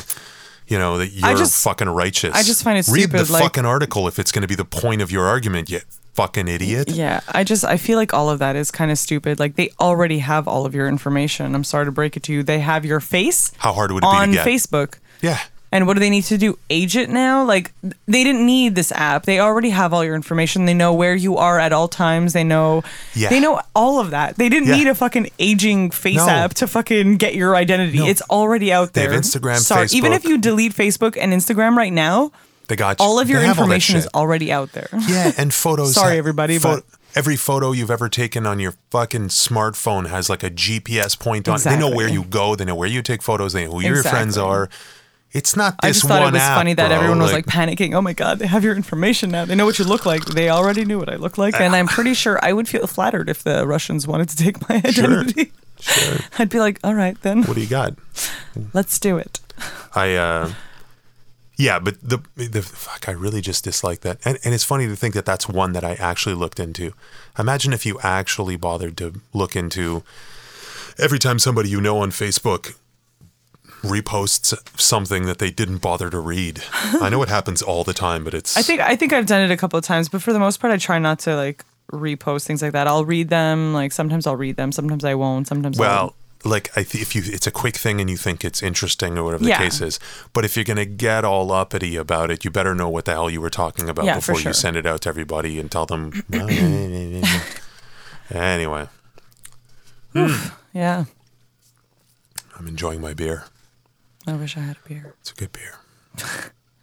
Speaker 1: you know, that you're
Speaker 2: just-
Speaker 1: fucking righteous.
Speaker 2: I just find it
Speaker 1: read
Speaker 2: stupid,
Speaker 1: the
Speaker 2: like-
Speaker 1: fucking article if it's going to be the point of your argument. You fucking idiot.
Speaker 2: Yeah, I just I feel like all of that is kind of stupid. Like they already have all of your information. I'm sorry to break it to you. They have your face
Speaker 1: How hard would it be to
Speaker 2: on
Speaker 1: get?
Speaker 2: Facebook.
Speaker 1: Yeah.
Speaker 2: And what do they need to do? Age it now? Like th- they didn't need this app. They already have all your information. They know where you are at all times. They know
Speaker 1: Yeah.
Speaker 2: they know all of that. They didn't
Speaker 1: Yeah.
Speaker 2: need a fucking aging face
Speaker 1: No.
Speaker 2: app to fucking get your identity. It's already out
Speaker 1: They
Speaker 2: there.
Speaker 1: have Instagram,
Speaker 2: Sorry. Even if
Speaker 1: Facebook.
Speaker 2: you delete Facebook and Instagram right now,
Speaker 1: They got you.
Speaker 2: all of your
Speaker 1: They have all that
Speaker 2: information is
Speaker 1: shit.
Speaker 2: already out there.
Speaker 1: Yeah, and photos.
Speaker 2: Sorry, everybody, but-
Speaker 1: every photo you've ever taken on your fucking smartphone has like a GPS point on. it. They know where
Speaker 2: Exactly.
Speaker 1: you go. They know where you take photos. They know who your
Speaker 2: Exactly.
Speaker 1: friends are. It's not this
Speaker 2: I just thought
Speaker 1: one
Speaker 2: it was
Speaker 1: app,
Speaker 2: funny that
Speaker 1: bro.
Speaker 2: everyone was like, panicking. Oh my god, they have your information now. They know what you look like. They already knew what I looked like, and I'm pretty sure I would feel flattered if the Russians wanted to take my identity.
Speaker 1: "Sure,
Speaker 2: I'd be like, all right, then
Speaker 1: what do you got?
Speaker 2: let's do it.
Speaker 1: I uh yeah, but the the fuck I really just dislike that. And and it's funny to think that that's one that I actually looked into. Imagine if you actually bothered to look into every time somebody you know on Facebook reposts something that they didn't bother to read. I know it happens all the time, but it's
Speaker 2: I think I think I've done it a couple of times, but for the most part, I try not to like repost things like that. I'll read them. Like sometimes I'll read them. Sometimes I won't. Sometimes I
Speaker 1: Well,
Speaker 2: won't.
Speaker 1: like I th- if you, it's a quick thing and you think it's interesting or whatever the
Speaker 2: Yeah.
Speaker 1: case is. But if you're gonna get all uppity about it, you better know what the hell you were talking about
Speaker 2: Yeah, for
Speaker 1: before you
Speaker 2: sure.
Speaker 1: send it out to everybody and tell them. anyway,
Speaker 2: yeah.
Speaker 1: I'm enjoying my beer.
Speaker 2: I wish I had a beer.
Speaker 1: It's a good beer.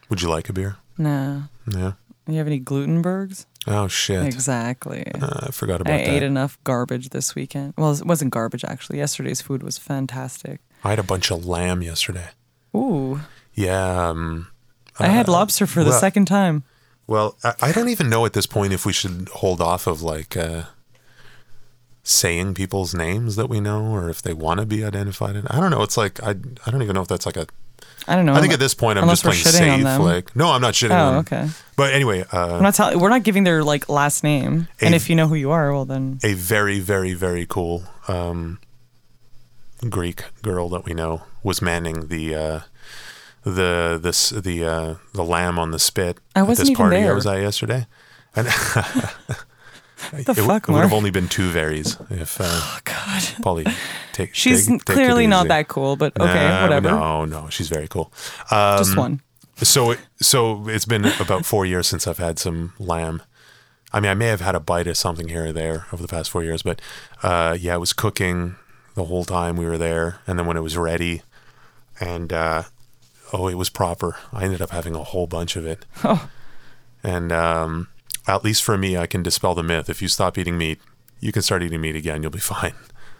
Speaker 1: Would you like a beer?
Speaker 2: Nah.
Speaker 1: Yeah.
Speaker 2: You have any Glutenbergs?
Speaker 1: Oh shit!
Speaker 2: Exactly.
Speaker 1: Uh, I forgot about
Speaker 2: I
Speaker 1: that.
Speaker 2: ate enough garbage this weekend. Well, it wasn't garbage actually. Yesterday's food was fantastic.
Speaker 1: I had a bunch of lamb yesterday.
Speaker 2: Ooh.
Speaker 1: Yeah. Um,
Speaker 2: I had lobster for the
Speaker 1: well-
Speaker 2: second time.
Speaker 1: Well, I, I don't even know at this point if we should hold off of like uh, saying people's names that we know or if they want to be identified. I don't know. It's like I I don't even know if that's like a.
Speaker 2: I don't know.
Speaker 1: I think at this point I'm
Speaker 2: Unless
Speaker 1: just playing
Speaker 2: we're shitting on
Speaker 1: safe.
Speaker 2: them.
Speaker 1: Like uh, no, I'm not shitting.
Speaker 2: Oh,
Speaker 1: on
Speaker 2: okay.
Speaker 1: But anyway, uh,
Speaker 2: I'm not telling. We're not giving their like last name. and
Speaker 1: A-
Speaker 2: if you know who you are, well then.
Speaker 1: a very very very cool um, Greek girl that we know was manning the. Uh, the this the uh the lamb on the spit
Speaker 2: I
Speaker 1: at
Speaker 2: wasn't
Speaker 1: this
Speaker 2: even
Speaker 1: party I
Speaker 2: there.
Speaker 1: was at yesterday and
Speaker 2: the
Speaker 1: it, w-
Speaker 2: fuck,
Speaker 1: it would have
Speaker 2: Mark?
Speaker 1: only been two varies if uh,
Speaker 2: God.
Speaker 1: Polly, take.
Speaker 2: She's
Speaker 1: take- take it
Speaker 2: clearly not
Speaker 1: easy.
Speaker 2: that cool, but okay,
Speaker 1: No,
Speaker 2: whatever.
Speaker 1: No, um, no, she's very cool.
Speaker 2: Just one.
Speaker 1: So, it- so it's been about four years since I've had some lamb. I mean, I may have had a bite of something here or there over the past four years, but uh, yeah, I was cooking the whole time we were there, and then when it was ready, and uh, oh, it was proper. I ended up having a whole bunch of it.
Speaker 2: Oh.
Speaker 1: And um, at least for me, I can dispel the myth. If you stop eating meat, you can start eating meat again. You'll be fine.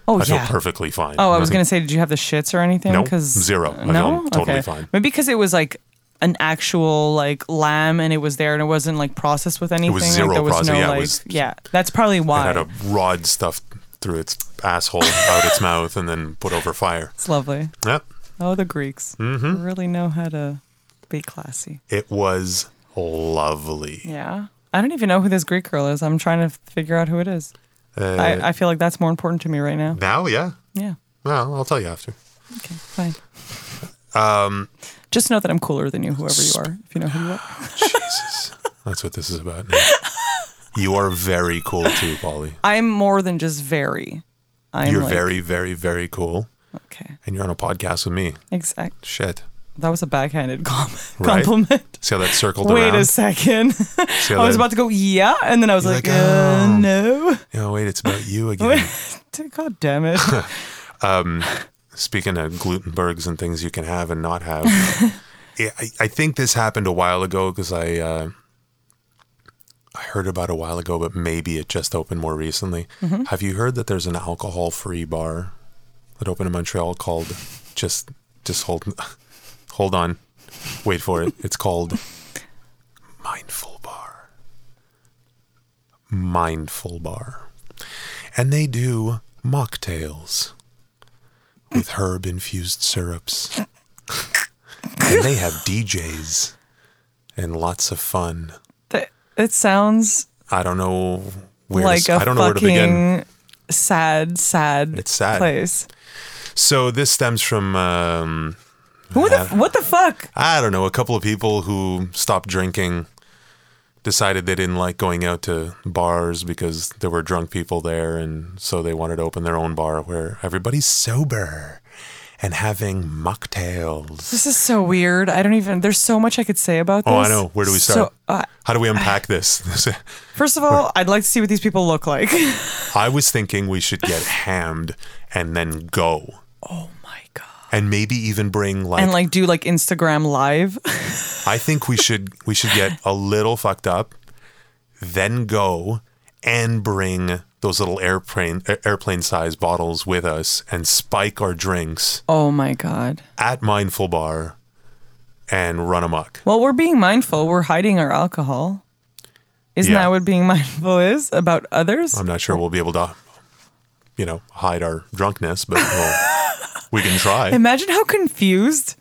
Speaker 2: Oh
Speaker 1: I feel
Speaker 2: yeah.
Speaker 1: perfectly fine.
Speaker 2: Oh, I was gonna say, did you have the shits or anything?
Speaker 1: No,
Speaker 2: 'Cause-
Speaker 1: zero. I
Speaker 2: no,
Speaker 1: feel totally
Speaker 2: Okay.
Speaker 1: fine.
Speaker 2: Maybe because it was like an actual like lamb and it was there and it wasn't like processed with anything.
Speaker 1: zero
Speaker 2: like, there was
Speaker 1: process-
Speaker 2: no
Speaker 1: yeah, it
Speaker 2: like
Speaker 1: was-
Speaker 2: yeah. That's probably
Speaker 1: It
Speaker 2: why.
Speaker 1: had a rod stuffed through its asshole, out its mouth, and then put over fire.
Speaker 2: it's lovely.
Speaker 1: Yep.
Speaker 2: Oh, the Greeks
Speaker 1: Mm-hmm.
Speaker 2: really know how to be classy.
Speaker 1: It was lovely.
Speaker 2: Yeah. I don't even know who this Greek girl is. I'm trying to figure out who it is.
Speaker 1: Uh,
Speaker 2: I, I feel like that's more important to me right now.
Speaker 1: now, yeah.
Speaker 2: Yeah.
Speaker 1: Well, I'll tell you after.
Speaker 2: Okay. Fine. Um,
Speaker 1: Um,
Speaker 2: Just know that I'm cooler than you, whoever you are, if you know who you are.
Speaker 1: Jesus. That's what this is about now. You are very cool too, Polly.
Speaker 2: I'm more than just very. I'm
Speaker 1: You're
Speaker 2: like,
Speaker 1: very, very, very cool.
Speaker 2: okay.
Speaker 1: And you're on a podcast with me.
Speaker 2: Exact.
Speaker 1: Shit.
Speaker 2: That was a backhanded compliment.
Speaker 1: Right?
Speaker 2: compliment.
Speaker 1: See how that circled
Speaker 2: Wait
Speaker 1: around?
Speaker 2: a second.
Speaker 1: See how
Speaker 2: I
Speaker 1: that-
Speaker 2: was about to go yeah, and then I was
Speaker 1: You're
Speaker 2: like,
Speaker 1: like,
Speaker 2: uh,
Speaker 1: oh.
Speaker 2: no.
Speaker 1: Oh, wait, it's about you again.
Speaker 2: God damn it.
Speaker 1: Speaking of Glutenbergs and things you can have and not have, yeah, I, I think this happened a while ago because I uh, I heard about it a while ago, but maybe it just opened more recently. Have you heard that there's an alcohol-free bar that opened in Montreal called just just hold hold on, wait for it. It's called Mindful Bar. Mindful Bar, and they do mocktails with herb infused syrups. and they have DJs and lots of fun.
Speaker 2: Th- it sounds
Speaker 1: I don't know where to
Speaker 2: like
Speaker 1: s-
Speaker 2: a
Speaker 1: I don't know where to begin.
Speaker 2: fucking sad, sad,
Speaker 1: It's sad.
Speaker 2: place.
Speaker 1: So this stems from um,
Speaker 2: Who the
Speaker 1: Uh,
Speaker 2: f- what the fuck?
Speaker 1: I don't know, a couple of people who stopped drinking decided they didn't like going out to bars because there were drunk people there and so they wanted to open their own bar where everybody's sober and having mocktails.
Speaker 2: This is so weird. I don't even. There's so much I could say about this.
Speaker 1: Oh, I know. Where do we start?
Speaker 2: So, uh,
Speaker 1: How do we unpack this?
Speaker 2: first of all, I'd like to see what these people look like.
Speaker 1: I was thinking we should get hammed and then go.
Speaker 2: oh my god.
Speaker 1: And maybe even bring like,
Speaker 2: And like do like Instagram live.
Speaker 1: I think we should we should get a little fucked up, then go and bring those little airplane airplane size bottles with us and spike our drinks
Speaker 2: oh my god.
Speaker 1: at Mindful Bar and run amok.
Speaker 2: Well, we're being mindful. We're hiding our alcohol. Isn't
Speaker 1: Yeah. Um,
Speaker 2: that what being mindful is about others?
Speaker 1: I'm not sure we'll be able to you know, hide our drunkenness, but we'll, we can try.
Speaker 2: Imagine how confused,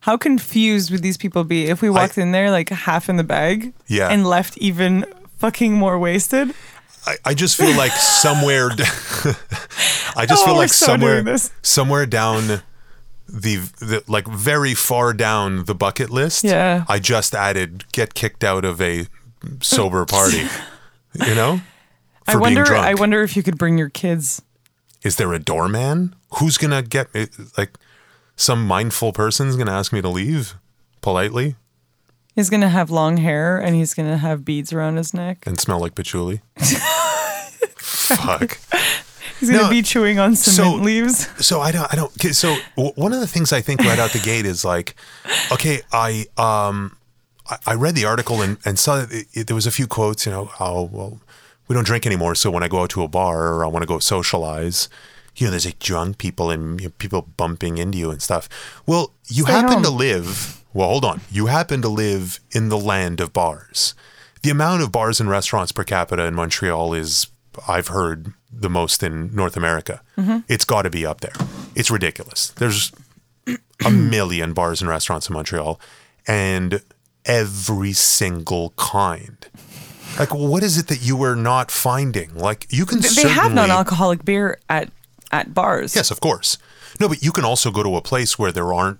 Speaker 2: how confused would these people be if we walked in there like half in the bag,
Speaker 1: Yeah.
Speaker 2: and left even fucking more wasted.
Speaker 1: I, I just feel like somewhere. d- I just
Speaker 2: Oh,
Speaker 1: feel
Speaker 2: we're
Speaker 1: like
Speaker 2: so doing
Speaker 1: somewhere,
Speaker 2: this.
Speaker 1: somewhere down the, the like very far down the bucket list.
Speaker 2: Yeah.
Speaker 1: I just added get kicked out of a sober party. you know, for
Speaker 2: I wonder.
Speaker 1: being drunk.
Speaker 2: I wonder if you could bring your kids.
Speaker 1: Is there a doorman? Who's gonna get me? Like, some mindful person's gonna ask me to leave politely
Speaker 2: He's gonna have long hair and he's gonna have beads around his neck.
Speaker 1: and smell like patchouli. Fuck.
Speaker 2: He's gonna
Speaker 1: No,
Speaker 2: be chewing on cement
Speaker 1: so-
Speaker 2: leaves.
Speaker 1: so I don't, I don't. 'kay, So w- one of the things I think right out the gate is like, okay, I um, I, I read the article and and saw that it, it- there was a few quotes. You know, oh well, we don't drink anymore. So when I go out to a bar or I want to go socialize, you know, there's like drunk people and you know, people bumping into you and stuff. Well, you
Speaker 2: Stay
Speaker 1: happen to
Speaker 2: home.
Speaker 1: live. Well, hold on. You happen to live in the land of bars. The amount of bars and restaurants per capita in Montreal is, I've heard, the most in North America.
Speaker 2: Mm-hmm.
Speaker 1: It's got to be up there. It's ridiculous. There's a million bars and restaurants in Montreal, and every single kind. Like, what is it that you are not finding? Like, you can
Speaker 2: They have
Speaker 1: certainly-
Speaker 2: non-alcoholic beer at at bars.
Speaker 1: Yes, of course. No, but you can also go to a place where there aren't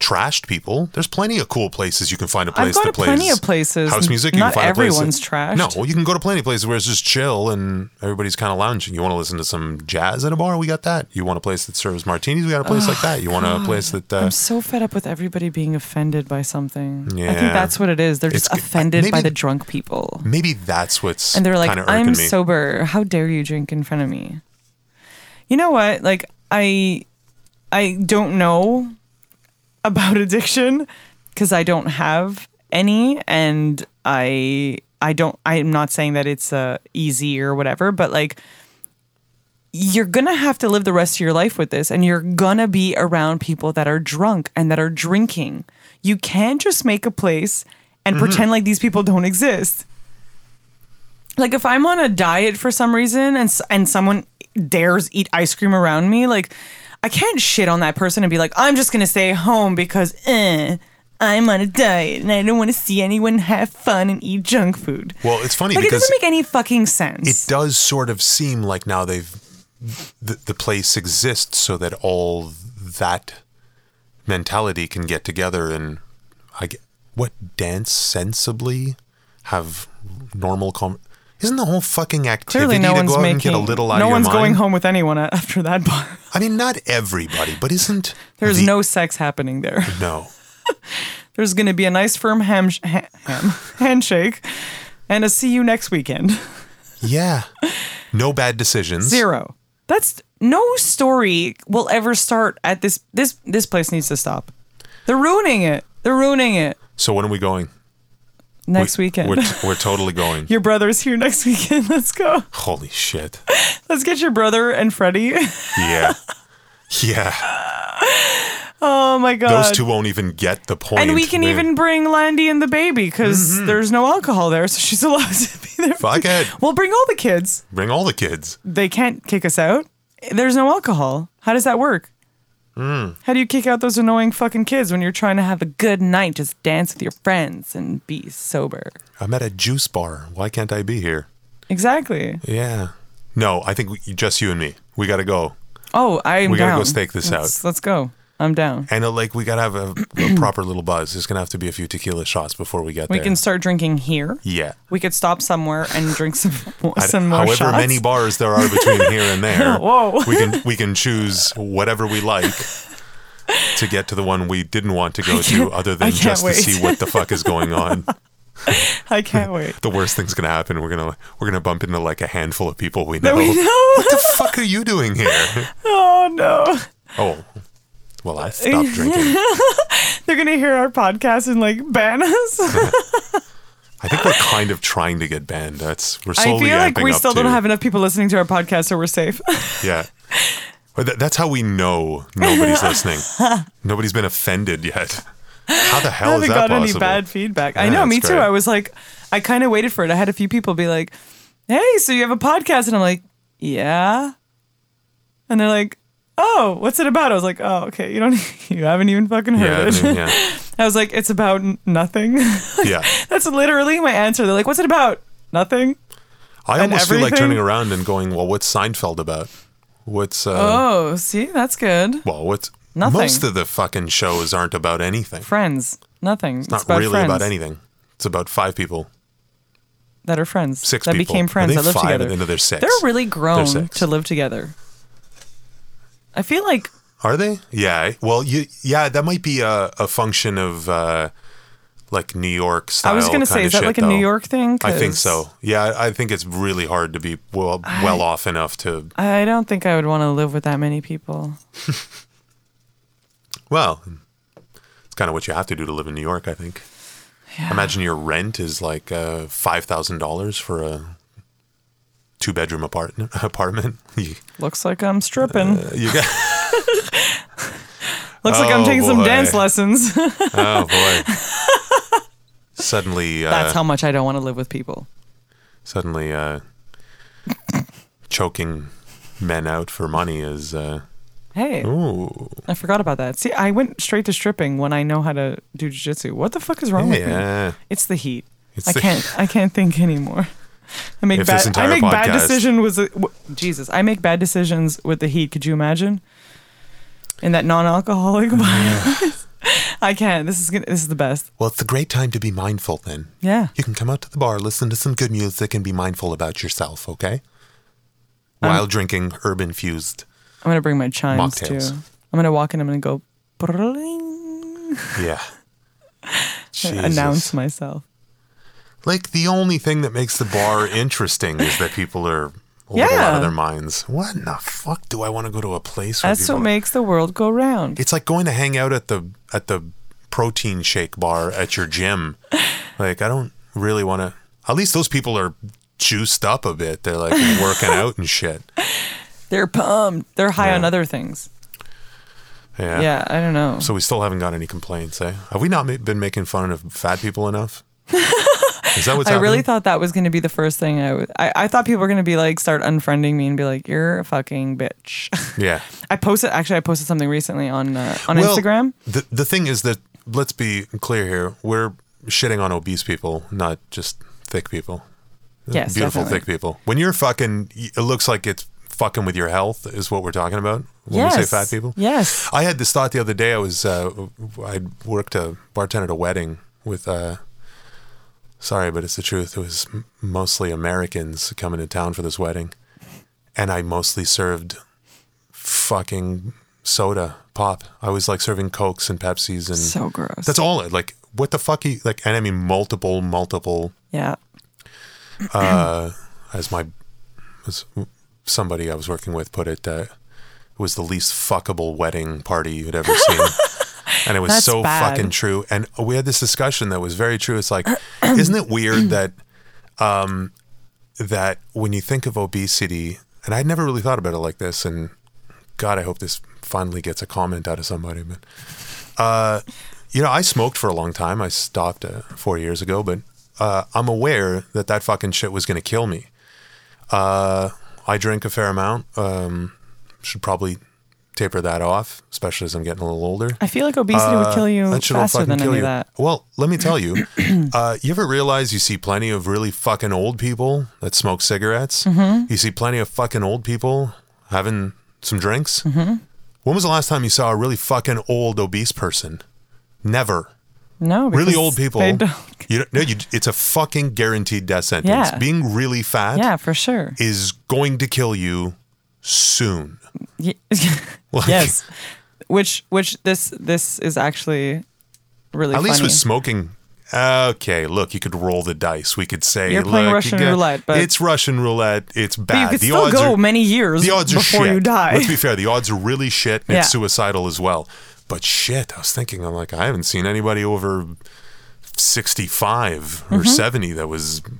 Speaker 1: trashed people. There's plenty of cool places you can find a place
Speaker 2: gone
Speaker 1: that
Speaker 2: to plenty
Speaker 1: plays
Speaker 2: of places.
Speaker 1: House music, you
Speaker 2: Not
Speaker 1: can find
Speaker 2: everyone's
Speaker 1: a place
Speaker 2: trashed.
Speaker 1: No, you can go to plenty of places where it's just chill and everybody's kind of lounging. You want to listen to some jazz at a bar? We got that. You want a place that serves martinis? We got a place like that. You want
Speaker 2: Oh,
Speaker 1: a place that uh,
Speaker 2: I'm so fed up with everybody being offended by something. I
Speaker 1: Yeah.
Speaker 2: think that's what it is. They're just
Speaker 1: It's g-
Speaker 2: offended by
Speaker 1: maybe-
Speaker 2: the drunk people.
Speaker 1: maybe that's what's
Speaker 2: And they're like,
Speaker 1: kind of irking
Speaker 2: I'm
Speaker 1: me.
Speaker 2: sober. How dare you drink in front of me? You know what? Like I I don't know about addiction because I don't have any and I I don't I'm not saying that it's uh easy or whatever, but like you're gonna have to live the rest of your life with this and you're gonna be around people that are drunk and that are drinking. You can't just make a place and
Speaker 1: Mm-hmm.
Speaker 2: pretend like these people don't exist. Like if I'm on a diet for some reason and s- and someone dares eat ice cream around me, like I can't shit on that person and be like, I'm just gonna stay home because eh, I'm on a diet and I don't want to see anyone have fun and eat junk food.
Speaker 1: well, it's funny
Speaker 2: Like it
Speaker 1: because
Speaker 2: doesn't make any fucking sense.
Speaker 1: it does sort of seem like now they've the, the place exists so that all that mentality can get together and I get, what dance sensibly have normal com- Isn't the whole fucking activity
Speaker 2: Clearly, no
Speaker 1: to
Speaker 2: one's
Speaker 1: go out and
Speaker 2: making.
Speaker 1: get a little out
Speaker 2: no
Speaker 1: of your
Speaker 2: one's
Speaker 1: mind?
Speaker 2: going home with anyone a- after that bar.
Speaker 1: I mean, not everybody, but isn't
Speaker 2: There's
Speaker 1: the-
Speaker 2: no sex happening there.
Speaker 1: no.
Speaker 2: There's going to be a nice firm ham, ha- ham handshake, and a see you next weekend.
Speaker 1: Yeah. No bad decisions.
Speaker 2: Zero. That's no story will ever start at this. This this place needs to stop. They're ruining it. They're ruining it.
Speaker 1: So when are we going?
Speaker 2: Next
Speaker 1: We-
Speaker 2: weekend.
Speaker 1: We're, we're totally going.
Speaker 2: Your brother's here next weekend. Let's go.
Speaker 1: Holy shit.
Speaker 2: Let's get your brother and Freddie.
Speaker 1: Yeah. Yeah.
Speaker 2: Oh my god.
Speaker 1: Those two won't even get the point.
Speaker 2: and we can
Speaker 1: They-
Speaker 2: even bring Landy and the baby because there's no alcohol there, so she's allowed to be
Speaker 1: Mm-hmm.
Speaker 2: there.
Speaker 1: Fuck it.
Speaker 2: We'll bring all the kids.
Speaker 1: Bring all the kids.
Speaker 2: They can't kick us out. There's no alcohol. How does that work?
Speaker 1: Hmm.
Speaker 2: How do you kick out those annoying fucking kids when you're trying to have a good night, just dance with your friends and be sober?
Speaker 1: I'm at a juice bar. Why can't I be here?
Speaker 2: Exactly.
Speaker 1: Yeah. No, I think we, just you and me. We got to go.
Speaker 2: Oh, I'm
Speaker 1: We
Speaker 2: down.
Speaker 1: gotta go stake this
Speaker 2: let's, out. Let's go. I'm down.
Speaker 1: And uh, like, we got to have a, a proper little buzz. There's going to have to be a few tequila shots before we get
Speaker 2: We
Speaker 1: there.
Speaker 2: can start drinking here.
Speaker 1: yeah.
Speaker 2: We could stop somewhere and drink some more, some more
Speaker 1: However
Speaker 2: shots.
Speaker 1: many bars there are between here and there,
Speaker 2: Whoa.
Speaker 1: we can we can choose whatever we like to get to the one we didn't want to go to, other
Speaker 2: I
Speaker 1: than
Speaker 2: can't
Speaker 1: just
Speaker 2: wait.
Speaker 1: to see what the fuck is going on.
Speaker 2: I can't wait.
Speaker 1: The worst thing's gonna happen. We're gonna we're gonna bump into like a handful of people we know.
Speaker 2: we know.
Speaker 1: What the fuck are you doing here?
Speaker 2: Oh no.
Speaker 1: Oh, well, I stopped drinking.
Speaker 2: They're gonna hear our podcast and like ban us.
Speaker 1: I think we're kind of trying to get banned. That's we're
Speaker 2: I
Speaker 1: slowly.
Speaker 2: feel like
Speaker 1: amping
Speaker 2: we
Speaker 1: up
Speaker 2: still don't
Speaker 1: to-
Speaker 2: have enough people listening to our podcast, so we're safe.
Speaker 1: Yeah. Or tha- that's how we know nobody's listening. Nobody's been offended yet. How the
Speaker 2: I
Speaker 1: hell is
Speaker 2: haven't
Speaker 1: that
Speaker 2: got
Speaker 1: possible?
Speaker 2: any bad feedback. I
Speaker 1: Yeah,
Speaker 2: know, me
Speaker 1: that's
Speaker 2: too.
Speaker 1: great.
Speaker 2: I was like, I kind of waited for it. I had a few people be like, "Hey, so you have a podcast?" And I'm like, "Yeah," and they're like, "Oh, what's it about?" I was like, "Oh, okay. You don't, you haven't even fucking
Speaker 1: yeah,
Speaker 2: heard
Speaker 1: I
Speaker 2: it."
Speaker 1: mean, yeah,
Speaker 2: I was like, "It's about n- nothing."
Speaker 1: yeah.
Speaker 2: That's literally my answer. They're like, "What's it about?" Nothing.
Speaker 1: I
Speaker 2: And
Speaker 1: almost feel like
Speaker 2: everything-
Speaker 1: turning around and going, "Well, what's Seinfeld about? What's uh,
Speaker 2: Oh, see, that's good.
Speaker 1: well, what's
Speaker 2: Nothing.
Speaker 1: Most of the fucking shows aren't about anything.
Speaker 2: Friends. Nothing. It's,
Speaker 1: Not
Speaker 2: about
Speaker 1: really
Speaker 2: friends
Speaker 1: about anything. It's about five people,
Speaker 2: that are friends.
Speaker 1: six
Speaker 2: that
Speaker 1: people.
Speaker 2: became friends
Speaker 1: Are they
Speaker 2: that live
Speaker 1: five
Speaker 2: together.
Speaker 1: and then they're 6
Speaker 2: They're really grown
Speaker 1: six.
Speaker 2: to live together. I feel like
Speaker 1: Are they? Yeah. Well, you, yeah, that might be a, a function of uh, like New York style.
Speaker 2: I was
Speaker 1: going to
Speaker 2: say, is that like a New York thing?
Speaker 1: I think
Speaker 2: 'Cause
Speaker 1: so. Yeah, I I think it's really hard to be well well off enough to.
Speaker 2: I don't think I would want to live with that many people.
Speaker 1: Well, it's kind of what you have to do to live in New York. I think. Imagine your rent is like uh, five thousand dollars for a two bedroom apartment. Apartment. you,
Speaker 2: Looks like I'm stripping.
Speaker 1: you got.
Speaker 2: Looks like I'm
Speaker 1: oh,
Speaker 2: taking some
Speaker 1: boy.
Speaker 2: dance lessons.
Speaker 1: Oh boy. suddenly, uh,
Speaker 2: That's how much I don't want to live with people.
Speaker 1: suddenly, uh, choking men out for money is. Uh,
Speaker 2: Hey,
Speaker 1: ooh.
Speaker 2: I forgot about that. See, I went straight to stripping when I know how to do jujitsu. What the fuck is wrong with me?
Speaker 1: Yeah.
Speaker 2: It's the heat.
Speaker 1: It's
Speaker 2: I
Speaker 1: the-
Speaker 2: can't. I can't think anymore. I make
Speaker 1: If this
Speaker 2: bad. I
Speaker 1: entire
Speaker 2: make bad
Speaker 1: podcast-
Speaker 2: decision was a- w- Jesus. I make bad decisions with the heat. Could you imagine? In that non-alcoholic violence. I can't. This is gonna, this is the best.
Speaker 1: Well, it's a great time to be mindful then.
Speaker 2: Yeah.
Speaker 1: You can come out to the bar, listen to some good music, and be mindful about yourself, okay?
Speaker 2: Um,
Speaker 1: While drinking herb infused.
Speaker 2: I'm gonna bring my chimes
Speaker 1: Mocktails.
Speaker 2: too. I'm gonna walk in. I'm gonna go brrrling,
Speaker 1: Yeah. Jesus.
Speaker 2: announce myself.
Speaker 1: Like, the only thing that makes the bar interesting is that people are a little out
Speaker 2: Yeah.
Speaker 1: of their minds. What in the fuck do I want to go to a place where
Speaker 2: That's
Speaker 1: people
Speaker 2: what makes the world go round.
Speaker 1: it's like going to hang out at the at the protein shake bar at your gym. Like I don't really want to. At least those people are juiced up a bit. They're like working out and shit.
Speaker 2: They're pumped. They're high
Speaker 1: Yeah.
Speaker 2: on other things.
Speaker 1: Yeah.
Speaker 2: Yeah. I don't know.
Speaker 1: So we still haven't got any complaints, eh? Have we not ma- been making fun of fat people enough? Is that what's
Speaker 2: I
Speaker 1: happening?
Speaker 2: really thought that was going to be the first thing I would. I, I thought people were going to be like, start unfriending me and be like, you're a fucking bitch.
Speaker 1: yeah.
Speaker 2: I posted, actually, I posted something recently on uh, on
Speaker 1: Well,
Speaker 2: Instagram.
Speaker 1: The the thing is that let's be clear here. We're shitting on obese people, not just thick people.
Speaker 2: Yes.
Speaker 1: beautiful
Speaker 2: definitely.
Speaker 1: thick people. When you're fucking, it looks like it's fucking with your health, is what we're talking about when we say
Speaker 2: Yes.
Speaker 1: fat people.
Speaker 2: Yes.
Speaker 1: I had this thought the other day. I was, uh, I worked a bartender at a wedding with uh, Sorry, but it's the truth. It was m- mostly Americans coming to town for this wedding. And I mostly served fucking soda, pop. I was like serving Cokes and Pepsis and
Speaker 2: So gross.
Speaker 1: that's all. Like, what the fuck? He, like, and I mean multiple, multiple
Speaker 2: yeah.
Speaker 1: uh, as my as somebody I was working with put it, uh, it was the least fuckable wedding party you'd ever seen. and it was
Speaker 2: That's
Speaker 1: so
Speaker 2: bad.
Speaker 1: fucking true. And we had this discussion that was very true. It's like, isn't it weird that um, that when you think of obesity, and I'd never really thought about it like this, and God, I hope this finally gets a comment out of somebody, but uh, you know, I smoked for a long time. I stopped uh, four years ago, but uh, I'm aware that that fucking shit was going to kill me. Uh, I drink a fair amount. Um, should probably taper that off, especially as I'm getting a little older.
Speaker 2: I feel like obesity would kill you
Speaker 1: Uh, that shit will
Speaker 2: faster
Speaker 1: fucking
Speaker 2: than
Speaker 1: kill
Speaker 2: any
Speaker 1: you.
Speaker 2: of that.
Speaker 1: Well, let me tell you, uh, you ever realize you see plenty of really fucking old people that smoke cigarettes?
Speaker 2: Mm-hmm.
Speaker 1: You see plenty of fucking old people having some drinks.
Speaker 2: Mm-hmm.
Speaker 1: When was the last time you saw a really fucking old obese person? Never
Speaker 2: No,
Speaker 1: really
Speaker 2: because
Speaker 1: old people.
Speaker 2: They don't.
Speaker 1: You don't, no, you, it's a fucking guaranteed death sentence.
Speaker 2: Yeah.
Speaker 1: Being really fat
Speaker 2: Yeah, for sure.
Speaker 1: is going to kill you soon.
Speaker 2: Ye-
Speaker 1: Like,
Speaker 2: yes, which which this this is actually really
Speaker 1: At least
Speaker 2: funny.
Speaker 1: with smoking. Okay, look, you could roll the dice. We could say
Speaker 2: You're playing
Speaker 1: look, you
Speaker 2: Russian
Speaker 1: got-
Speaker 2: roulette, but-
Speaker 1: it's Russian roulette. It's
Speaker 2: but
Speaker 1: bad.
Speaker 2: you could
Speaker 1: the
Speaker 2: still
Speaker 1: odds
Speaker 2: go
Speaker 1: are
Speaker 2: many years
Speaker 1: the odds are
Speaker 2: before
Speaker 1: shit.
Speaker 2: you die.
Speaker 1: Let's be fair. The odds are really shit, and
Speaker 2: Yeah.
Speaker 1: it's suicidal as well. But shit, I was thinking, I'm like, I haven't seen anybody over 65 or 70 that was,
Speaker 2: Mm-hmm.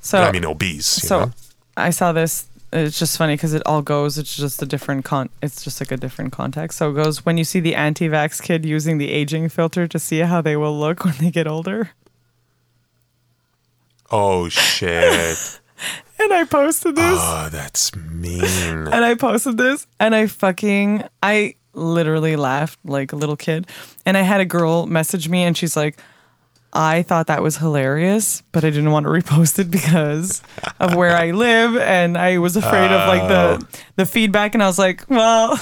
Speaker 2: so
Speaker 1: I mean, obese. You
Speaker 2: so
Speaker 1: know?
Speaker 2: I saw this. It's just funny because it all goes. It's just a different con. It's just like a different context. So it goes when you see the anti-vax kid using the aging filter to see how they will look when they get older.
Speaker 1: Oh shit!
Speaker 2: And I posted this.
Speaker 1: oh, that's mean.
Speaker 2: and I posted this and I fucking I literally laughed like a little kid. And I had a girl message me and she's like, I thought that was hilarious, but I didn't want to repost it because of where I live and I was afraid of like the
Speaker 1: Oh.
Speaker 2: the feedback and I was like, well,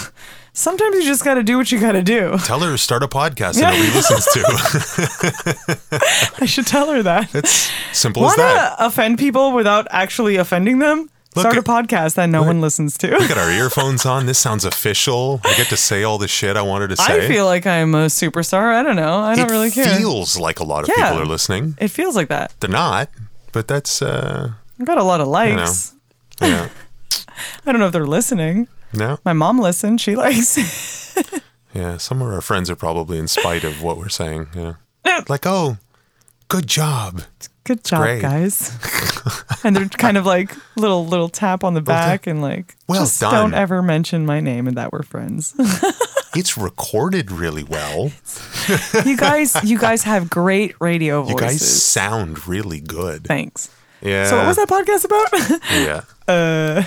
Speaker 2: sometimes you just got to do what you got to do.
Speaker 1: Tell her to start a podcast that nobody listens to.
Speaker 2: I should tell her that.
Speaker 1: it's simple as
Speaker 2: Want
Speaker 1: that.
Speaker 2: to offend people without actually offending them?
Speaker 1: Look
Speaker 2: Start a
Speaker 1: at-
Speaker 2: podcast that no one listens to.
Speaker 1: Got our earphones on. This sounds official. I get to say all the shit I wanted to say.
Speaker 2: I feel like I'm a superstar. I don't know. I don't
Speaker 1: it
Speaker 2: really care.
Speaker 1: feels like a lot of
Speaker 2: Yeah.
Speaker 1: people are listening.
Speaker 2: It feels like that.
Speaker 1: They're not, but that's uh,
Speaker 2: I got a lot of likes.
Speaker 1: yeah,
Speaker 2: I don't know if they're listening.
Speaker 1: no,
Speaker 2: My mom listened. She likes.
Speaker 1: yeah. Some of our friends are probably in spite of what we're saying. Yeah, like oh, good job.
Speaker 2: Good job,
Speaker 1: great.
Speaker 2: guys. and they're kind of like little little tap on the back and like
Speaker 1: Well
Speaker 2: just
Speaker 1: done.
Speaker 2: don't ever mention my name and that we're friends.
Speaker 1: It's recorded really well.
Speaker 2: you guys you guys have great radio voices.
Speaker 1: You guys sound really good.
Speaker 2: Thanks.
Speaker 1: Yeah.
Speaker 2: So what was that podcast about?
Speaker 1: Yeah.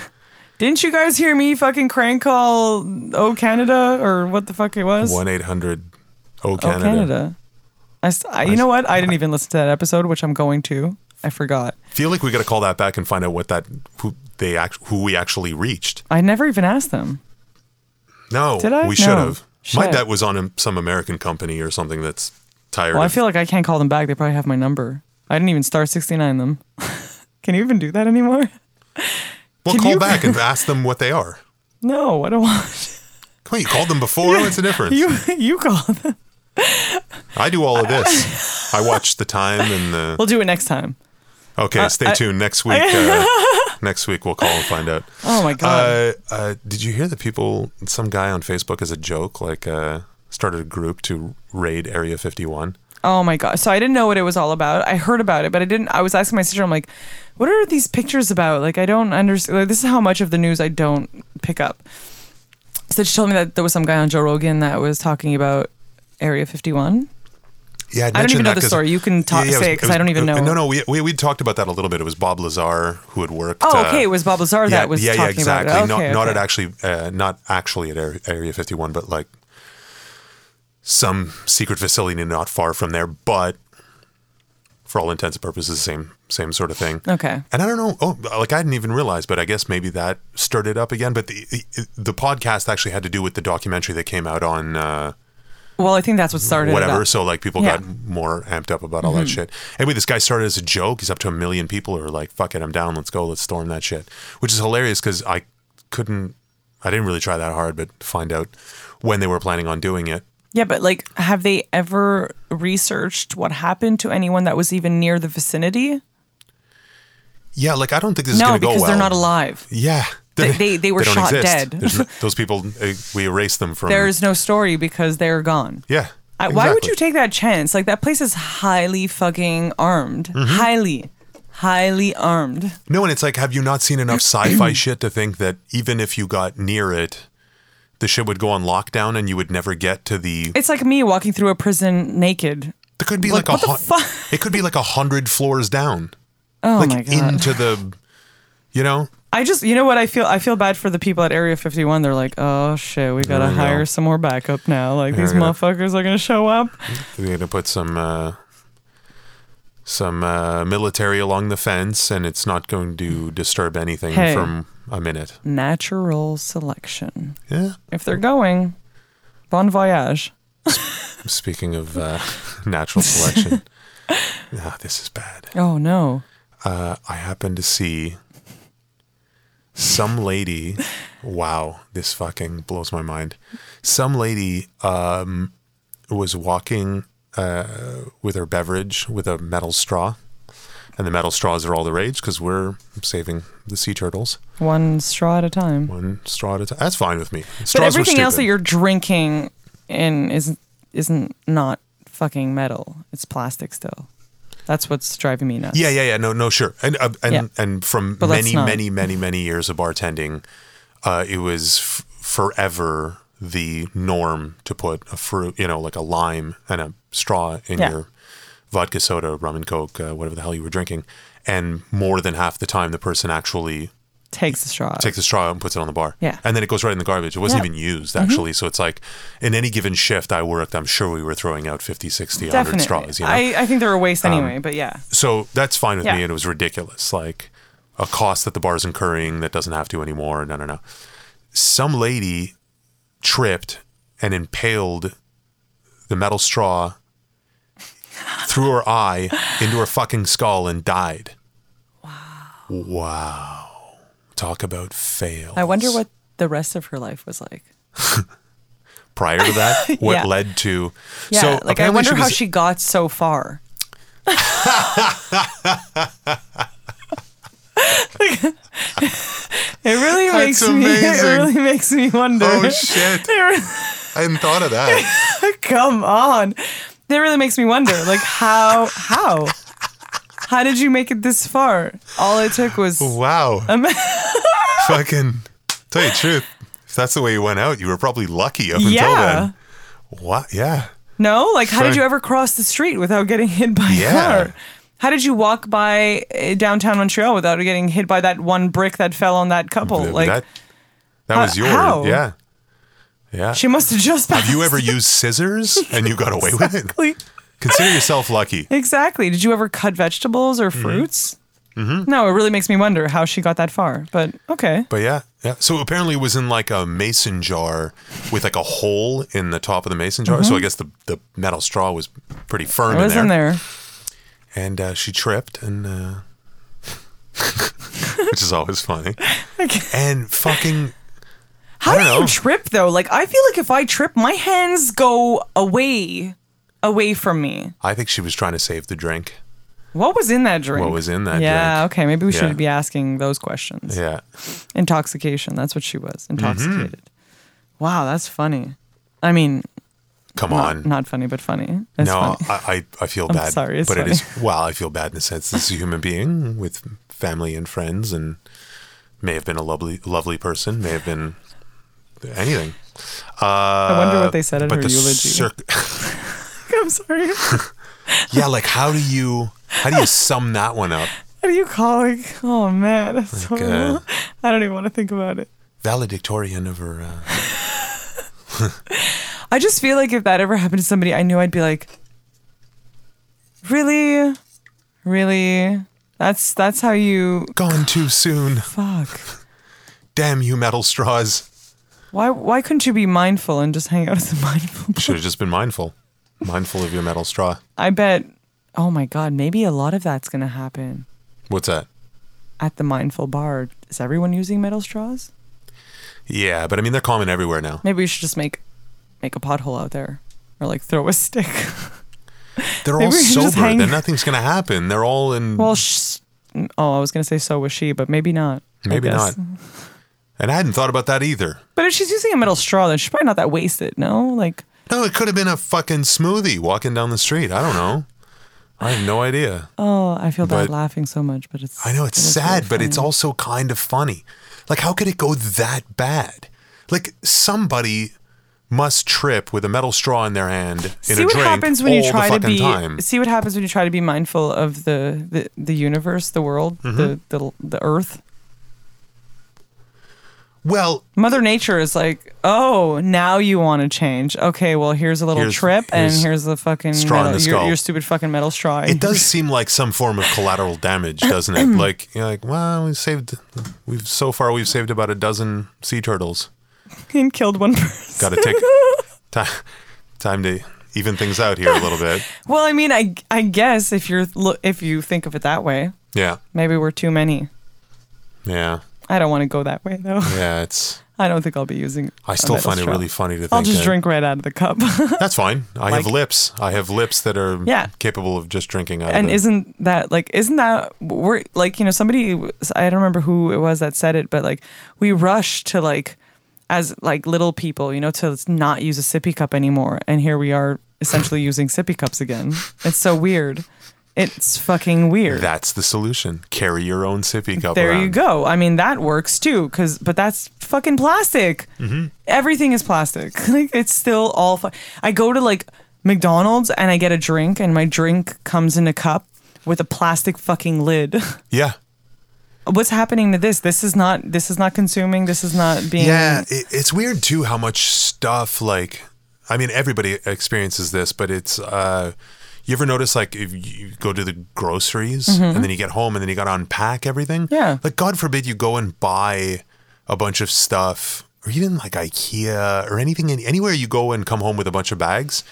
Speaker 2: Didn't you guys hear me fucking crank call Oh Canada or what the fuck it was?
Speaker 1: One eight hundred. Oh
Speaker 2: Oh
Speaker 1: Canada.
Speaker 2: Canada. I, s- I- you know what? I didn't even listen to that episode, which I'm going to. I forgot.
Speaker 1: Feel like we got to call that back and find out what that who they act who we actually reached.
Speaker 2: I never even asked them.
Speaker 1: No,
Speaker 2: Did I?
Speaker 1: we should
Speaker 2: No.
Speaker 1: have. My
Speaker 2: Shit.
Speaker 1: debt was on a- some American company or something that's tired.
Speaker 2: Well, I
Speaker 1: of-
Speaker 2: feel like I can't call them back. They probably have my number. I didn't even star 69 them. Can you even do that anymore?
Speaker 1: well,
Speaker 2: can
Speaker 1: call
Speaker 2: you-
Speaker 1: back and ask them what they are.
Speaker 2: No, I don't want
Speaker 1: Come on, you called them before. What's the difference?
Speaker 2: you. You call them.
Speaker 1: I do all of this. I watch the time and the.
Speaker 2: We'll do it next time.
Speaker 1: Okay, stay tuned. Next week, uh, next week we'll call and find out.
Speaker 2: Oh my god.
Speaker 1: Uh, uh, did you hear that people? Some guy on Facebook as a joke, like, uh, started a group to raid Area 51.
Speaker 2: oh my god. So I didn't know what it was all about. I heard about it, but I didn't. I was asking my sister. I'm like, what are these pictures about? Like, I don't understand. Like, this is how much of the news I don't pick up. So she told me that there was some guy on Joe Rogan that was talking about Area 51.
Speaker 1: Yeah, I'd
Speaker 2: I don't
Speaker 1: mentioned
Speaker 2: even know
Speaker 1: that
Speaker 2: the
Speaker 1: 'cause-
Speaker 2: story. You can ta-
Speaker 1: was-
Speaker 2: say it 'cause
Speaker 1: was- uh,
Speaker 2: I don't even know.
Speaker 1: No, no, we we we talked about that a little bit. It was Bob Lazar who had worked.
Speaker 2: Oh,
Speaker 1: uh,
Speaker 2: okay. It was Bob Lazar
Speaker 1: yeah,
Speaker 2: that was
Speaker 1: yeah,
Speaker 2: talking
Speaker 1: yeah, exactly.
Speaker 2: about it.
Speaker 1: not
Speaker 2: Okay,
Speaker 1: not
Speaker 2: okay.
Speaker 1: at actually uh, not actually at Area, Area 51, but like some secret facility not far from there. But for all intents and purposes, same same sort of thing.
Speaker 2: Okay.
Speaker 1: And I don't know. Oh, like I didn't even realize, but I guess maybe that stirred it up again. But the the podcast actually had to do with the documentary that came out on uh,
Speaker 2: Well, I think that's what started. it
Speaker 1: whatever.
Speaker 2: up.
Speaker 1: So like people
Speaker 2: Yeah. Mm-hmm.
Speaker 1: got more amped up about all that shit. Anyway, this guy started as a joke. He's up to a million people who are like, "Fuck it, I'm down. Let's go. Let's storm that shit," which is hilarious because I couldn't, I didn't really try that hard, but find out when they were planning on doing it.
Speaker 2: Yeah, but like, have they ever researched what happened to anyone that was even near the vicinity?
Speaker 1: Yeah, like I don't think this is
Speaker 2: no,
Speaker 1: going to go
Speaker 2: because
Speaker 1: well.
Speaker 2: they're not alive.
Speaker 1: Yeah,
Speaker 2: They- they- they were
Speaker 1: don't
Speaker 2: shot
Speaker 1: exist.
Speaker 2: dead.
Speaker 1: There's no- those people, uh, we erased them from.
Speaker 2: There is no story because they're gone.
Speaker 1: yeah.
Speaker 2: I, Why would
Speaker 1: exactly.
Speaker 2: you take that chance? Like that place is highly fucking armed,
Speaker 1: Mm-hmm.
Speaker 2: highly, highly armed.
Speaker 1: No, and it's like, have you not seen enough sci-fi shit to think that even if you got near it, the shit would go on lockdown and you would never get to the.
Speaker 2: It's like me walking through a prison naked.
Speaker 1: There could be
Speaker 2: Like,
Speaker 1: like,
Speaker 2: what
Speaker 1: a
Speaker 2: the
Speaker 1: hun-
Speaker 2: fuck?
Speaker 1: It could be like a hundred floors down.
Speaker 2: Oh
Speaker 1: like
Speaker 2: my god!
Speaker 1: into the, you know.
Speaker 2: I just, you know what? I feel, I feel bad for the people at Area 51. They're like, oh shit, we gotta
Speaker 1: I know.
Speaker 2: hire some more backup now. Like these
Speaker 1: They're gonna-
Speaker 2: motherfuckers are gonna show up.
Speaker 1: They're gonna put some uh, some uh, military along the fence, and it's not going to disturb anything
Speaker 2: Hey.
Speaker 1: from a minute.
Speaker 2: Natural selection.
Speaker 1: Yeah.
Speaker 2: If they're going, bon voyage.
Speaker 1: Speaking of uh, natural selection, ah, this is bad.
Speaker 2: Oh no.
Speaker 1: Uh, I happened to see some lady. Wow, this fucking blows my mind. Some lady um, was walking uh, with her beverage with a metal straw, and the metal straws are all the rage because we're saving the sea turtles
Speaker 2: One straw at a time.
Speaker 1: one straw at a time. That's fine with me. Straws
Speaker 2: but
Speaker 1: were
Speaker 2: everything else that
Speaker 1: stupid.
Speaker 2: you're drinking in is isn't not fucking metal. It's plastic still. That's what's driving me nuts.
Speaker 1: Yeah, yeah, yeah. No, no, sure. And uh, and
Speaker 2: Yeah.
Speaker 1: and from
Speaker 2: But let's
Speaker 1: many,
Speaker 2: not.
Speaker 1: many, many, many years of bartending, uh, it was f- forever the norm to put a fruit, you know, like a lime and a straw in
Speaker 2: Yeah.
Speaker 1: your vodka soda, rum and coke, uh, whatever the hell you were drinking. And more than half the time, the person actually
Speaker 2: Takes the straw.
Speaker 1: takes the straw out and puts it on the bar.
Speaker 2: Yeah.
Speaker 1: And then it goes right in the garbage. It wasn't
Speaker 2: Yeah. Mm-hmm.
Speaker 1: even used, actually. So it's like in any given shift I worked, I'm sure we were throwing out 50, 60, 100
Speaker 2: Definitely.
Speaker 1: straws. You know? Um,
Speaker 2: I, I think they're a waste anyway, but yeah.
Speaker 1: so that's fine with
Speaker 2: Yeah.
Speaker 1: me and it was ridiculous like a cost that the bar's incurring that doesn't have to anymore no no no some lady tripped and impaled the metal straw through her eye into her fucking skull and died wow wow talk about fail
Speaker 2: I wonder what the rest of her life was like.
Speaker 1: prior to that what
Speaker 2: Yeah.
Speaker 1: led to
Speaker 2: Yeah,
Speaker 1: so
Speaker 2: like I
Speaker 1: apparently
Speaker 2: wonder how
Speaker 1: was-
Speaker 2: she got so far. it really makes
Speaker 1: That's
Speaker 2: me. It
Speaker 1: amazing.
Speaker 2: really makes me wonder.
Speaker 1: oh shit
Speaker 2: It really-
Speaker 1: i hadn't thought of that
Speaker 2: Come on. That really makes me wonder, like how how how did you make it this far? All it took was
Speaker 1: Oh, Wow. Fucking tell you the truth. If that's the way you went out, you were probably lucky up until
Speaker 2: Yeah.
Speaker 1: then. What? Yeah.
Speaker 2: no, like how did
Speaker 1: Sorry.
Speaker 2: you ever cross the street without getting hit by
Speaker 1: Yeah.
Speaker 2: a car? How did you walk by uh, downtown Montreal without getting hit by that one brick that fell on that couple?
Speaker 1: Th-
Speaker 2: Like
Speaker 1: that that
Speaker 2: how-
Speaker 1: was yours.
Speaker 2: how?
Speaker 1: Yeah. Yeah.
Speaker 2: she must have just passed.
Speaker 1: Have you ever used scissors and you got away with it?
Speaker 2: Like,
Speaker 1: Consider yourself lucky.
Speaker 2: exactly. Did you ever cut vegetables or
Speaker 1: Mm-hmm.
Speaker 2: fruits? No, it really makes me wonder how she got that far. But okay.
Speaker 1: But yeah, yeah. So apparently it was in like a mason jar with like a hole in the top of the mason jar. So I guess the, the metal straw was pretty firm
Speaker 2: I Mm-hmm. was in there.
Speaker 1: And uh, she tripped and uh, which is always funny.
Speaker 2: Okay.
Speaker 1: And fucking
Speaker 2: How
Speaker 1: I
Speaker 2: do
Speaker 1: don't
Speaker 2: you
Speaker 1: know.
Speaker 2: trip though? Like I feel like if I trip, my hands go away, away from me.
Speaker 1: I think she was trying to save the drink.
Speaker 2: What was in that drink?
Speaker 1: What was in that
Speaker 2: yeah,
Speaker 1: drink?
Speaker 2: okay. Maybe we
Speaker 1: Yeah.
Speaker 2: should be asking those questions.
Speaker 1: Yeah. Mm-hmm.
Speaker 2: Intoxication. That's what she was. Intoxicated. Wow, that's funny. I mean,
Speaker 1: Come on.
Speaker 2: not, not funny, but funny. That's
Speaker 1: no,
Speaker 2: funny.
Speaker 1: I, I I feel bad.
Speaker 2: sorry, it's
Speaker 1: but it is well, I feel bad in the sense this is a human being with family and friends and may have been a lovely lovely person, may have been anything. Uh, I
Speaker 2: wonder what they said in
Speaker 1: but
Speaker 2: her
Speaker 1: the
Speaker 2: eulogy.
Speaker 1: circ-
Speaker 2: I'm sorry. What
Speaker 1: yeah, like how do you how do you sum that one up?
Speaker 2: are you calling? Oh man, that's
Speaker 1: Like,
Speaker 2: horrible.
Speaker 1: uh,
Speaker 2: I don't even want to think about it.
Speaker 1: Valedictorian of her uh,
Speaker 2: I just feel like if that ever happened to somebody I knew, I'd be like, really, really. That's that's how you
Speaker 1: gone too soon.
Speaker 2: fuck.
Speaker 1: Damn you metal straws.
Speaker 2: Why why couldn't you be mindful and just hang out as a mindful?
Speaker 1: Should have just been mindful, mindful of your metal straw.
Speaker 2: I bet oh my god, maybe a lot of that's gonna happen
Speaker 1: What's that?
Speaker 2: at the mindful bar. Is everyone using metal straws?
Speaker 1: Yeah, but I mean they're common everywhere now.
Speaker 2: Maybe we should just make make a pothole out there. Or like throw a stick.
Speaker 1: They're all
Speaker 2: Maybe we should
Speaker 1: sober.
Speaker 2: just hang-
Speaker 1: Then nothing's gonna happen. They're all in.
Speaker 2: well, sh- oh, I was gonna say so was she, but maybe not. I
Speaker 1: maybe
Speaker 2: guess.
Speaker 1: not. And I hadn't thought about that either.
Speaker 2: But if she's using a metal straw, then she's probably not that wasted. No, like
Speaker 1: No, it could have been a fucking smoothie walking down the street. I don't know. I have no idea.
Speaker 2: oh, I feel bad
Speaker 1: But-
Speaker 2: laughing so much, but it's
Speaker 1: I know it's
Speaker 2: it is really
Speaker 1: sad, but it's
Speaker 2: funny.
Speaker 1: also kind of funny. Like, how could it go that bad? Like, somebody must trip with a metal straw in their hand in
Speaker 2: see
Speaker 1: a
Speaker 2: what
Speaker 1: drink
Speaker 2: happens when
Speaker 1: all
Speaker 2: you try
Speaker 1: the
Speaker 2: to
Speaker 1: fucking
Speaker 2: be
Speaker 1: time.
Speaker 2: see what happens when you try to be mindful of the the, the universe, the world,
Speaker 1: Mm-hmm.
Speaker 2: the, the the earth.
Speaker 1: Well,
Speaker 2: Mother Nature is like, oh, now you want to change. Okay, well here's a little
Speaker 1: Here's-
Speaker 2: trip, and
Speaker 1: here's
Speaker 2: here's the fucking
Speaker 1: straw in
Speaker 2: metal,
Speaker 1: the
Speaker 2: your,
Speaker 1: skull.
Speaker 2: your stupid fucking metal straw.
Speaker 1: it does seem like some form of collateral damage, doesn't it? Like, you're like, well, we saved, we've so far we've saved about a dozen sea turtles.
Speaker 2: and killed one person.
Speaker 1: Got to take time, time to even things out here a little bit.
Speaker 2: Well, I mean, I I guess if you're lo- if you think of it that way,
Speaker 1: Yeah,
Speaker 2: maybe we're too many.
Speaker 1: yeah,
Speaker 2: I don't want to go that way though.
Speaker 1: yeah. It's
Speaker 2: I don't think I'll be using.
Speaker 1: I
Speaker 2: a
Speaker 1: still
Speaker 2: metal
Speaker 1: find it
Speaker 2: straw.
Speaker 1: really funny to think.
Speaker 2: I'll just
Speaker 1: that-
Speaker 2: drink right out of the cup.
Speaker 1: That's fine. I have
Speaker 2: Like-
Speaker 1: lips. I have lips that are
Speaker 2: Yeah.
Speaker 1: capable of just drinking out
Speaker 2: and
Speaker 1: of it.
Speaker 2: isn't that like isn't that we're like you know somebody I don't remember who it was that said it, but like we rush to like as like little people, you know, to not use a sippy cup anymore, and here we are essentially using sippy cups again. It's so weird. It's fucking weird.
Speaker 1: That's the solution. Carry your own sippy cup.
Speaker 2: there you
Speaker 1: around.
Speaker 2: go. I mean that works too, cause but that's fucking plastic.
Speaker 1: Mm-hmm.
Speaker 2: Everything is plastic. Like it's still all. Fu- I go to like McDonald's and I get a drink, and my drink comes in a cup with a plastic fucking lid.
Speaker 1: Yeah.
Speaker 2: What's happening to this? This is not. This is not consuming. This is not being.
Speaker 1: Yeah. It, it's weird too how much stuff like, I mean, everybody experiences this, but it's, uh, you ever notice like if you go to the groceries and then you get home and then you got to unpack everything?
Speaker 2: Mm-hmm. Yeah.
Speaker 1: Like, God forbid you go and buy a bunch of stuff or even like IKEA or anything, anywhere you go and come home with a bunch of bags.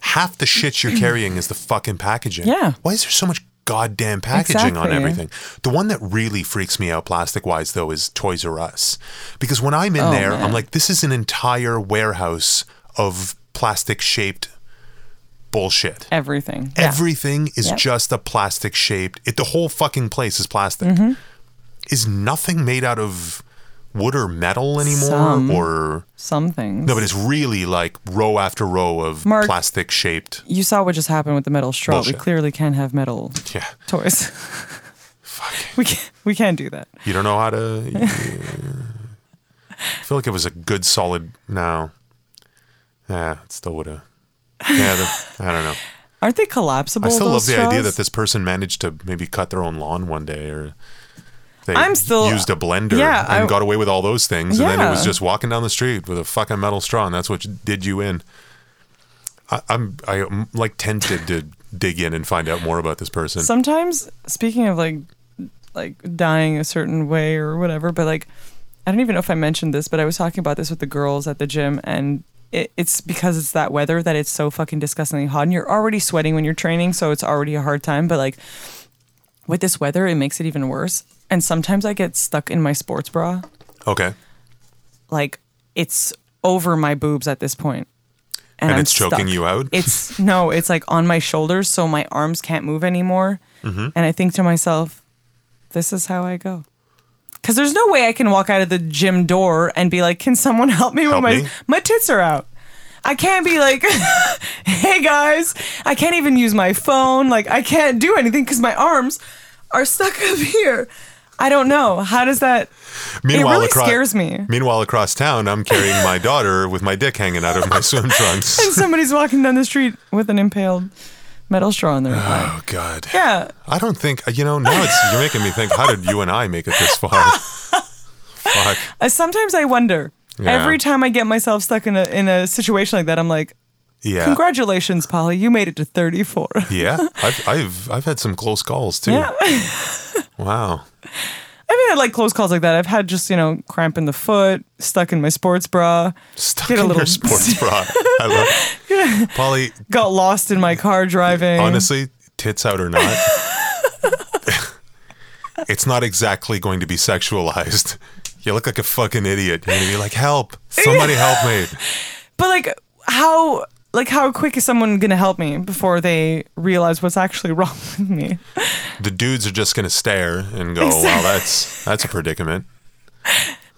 Speaker 1: Half the shit you're carrying is the fucking packaging.
Speaker 2: Yeah.
Speaker 1: Why is there so much goddamn packaging on
Speaker 2: Exactly.
Speaker 1: everything? The one that really freaks me out plastic wise though is Toys R Us. Because when I'm in
Speaker 2: Oh,
Speaker 1: there, I'm like, this is an entire warehouse of plastic shaped bullshit.
Speaker 2: Everything. Yeah.
Speaker 1: Everything is
Speaker 2: Yep.
Speaker 1: just a plastic shaped it the whole fucking place is plastic.
Speaker 2: Mm-hmm.
Speaker 1: Is nothing made out of wood or metal anymore?
Speaker 2: Some.
Speaker 1: Or
Speaker 2: Some things.
Speaker 1: no, but it's really like row after row of
Speaker 2: Mark-
Speaker 1: plastic shaped
Speaker 2: you saw what just happened with the metal straw.
Speaker 1: Bullshit.
Speaker 2: We clearly can't have metal
Speaker 1: yeah.
Speaker 2: toys. We can't. We can't do that.
Speaker 1: You don't know how to. I feel like it was a good solid. No. Yeah, it still would have. Yeah, the, I don't know.
Speaker 2: Aren't they collapsible?
Speaker 1: I still love
Speaker 2: those
Speaker 1: the idea
Speaker 2: straws?
Speaker 1: that this person managed to maybe cut their own lawn one day, or they
Speaker 2: I'm still-
Speaker 1: used a blender
Speaker 2: Yeah,
Speaker 1: and
Speaker 2: I-
Speaker 1: got away with all those things, and then it was
Speaker 2: Yeah.
Speaker 1: just walking down the street with a fucking metal straw, and that's what did you in. I, I'm I, am like tempted to dig in and find out more about this person.
Speaker 2: sometimes speaking of like like dying a certain way or whatever but like i don't even know if i mentioned this but i was talking about this with the girls at the gym and it, it's because it's that weather that it's so fucking disgustingly hot and you're already sweating when you're training so it's already a hard time but like with this weather it makes it even worse and sometimes i get stuck in my sports bra
Speaker 1: okay,
Speaker 2: like it's over my boobs at this point
Speaker 1: and,
Speaker 2: I'm
Speaker 1: it's choking
Speaker 2: stuck.
Speaker 1: you out.
Speaker 2: It's no, it's like on my shoulders, so my arms can't move anymore.
Speaker 1: Mm-hmm.
Speaker 2: And I think to myself, this is how I go. Because there's no way I can walk out of the gym door and be like, "Can someone help me
Speaker 1: Help
Speaker 2: when my
Speaker 1: me?
Speaker 2: my tits are out?" I can't be like, "Hey guys," I can't even use my phone. Like I can't do anything because my arms are stuck up here. I don't know how does that.
Speaker 1: Meanwhile,
Speaker 2: really
Speaker 1: across,
Speaker 2: scares me.
Speaker 1: Meanwhile, across town, I'm carrying my daughter with my dick hanging out of my swim trunks.
Speaker 2: And somebody's walking down the street with an impaled metal straw in their eye.
Speaker 1: Oh God!
Speaker 2: Yeah,
Speaker 1: I don't think uh, you know. Now it's you're making me think. How did you and I make it this far? Fuck.
Speaker 2: Uh, sometimes I wonder.
Speaker 1: Yeah.
Speaker 2: Every time I get myself stuck in a in a situation like that, I'm like,
Speaker 1: Yeah.
Speaker 2: "Congratulations, Polly, you made it to 34."
Speaker 1: Yeah. I've I've I've had some close calls too.
Speaker 2: Yeah,
Speaker 1: Wow.
Speaker 2: I mean, I like close calls like that. I've had just you know cramp in the foot, stuck in my sports bra,
Speaker 1: Stuck
Speaker 2: Get a
Speaker 1: in
Speaker 2: little-
Speaker 1: your sports bra. I love it. Polly,
Speaker 2: got lost in my car driving.
Speaker 1: honestly, tits out or not, it's not exactly going to be sexualized. You look like a fucking idiot. You're going to be like, help. Somebody help me.
Speaker 2: but like how like how quick is someone gonna help me before they realize what's actually wrong with me?
Speaker 1: The dudes are just going to stare and go, wow, that's, that's a predicament.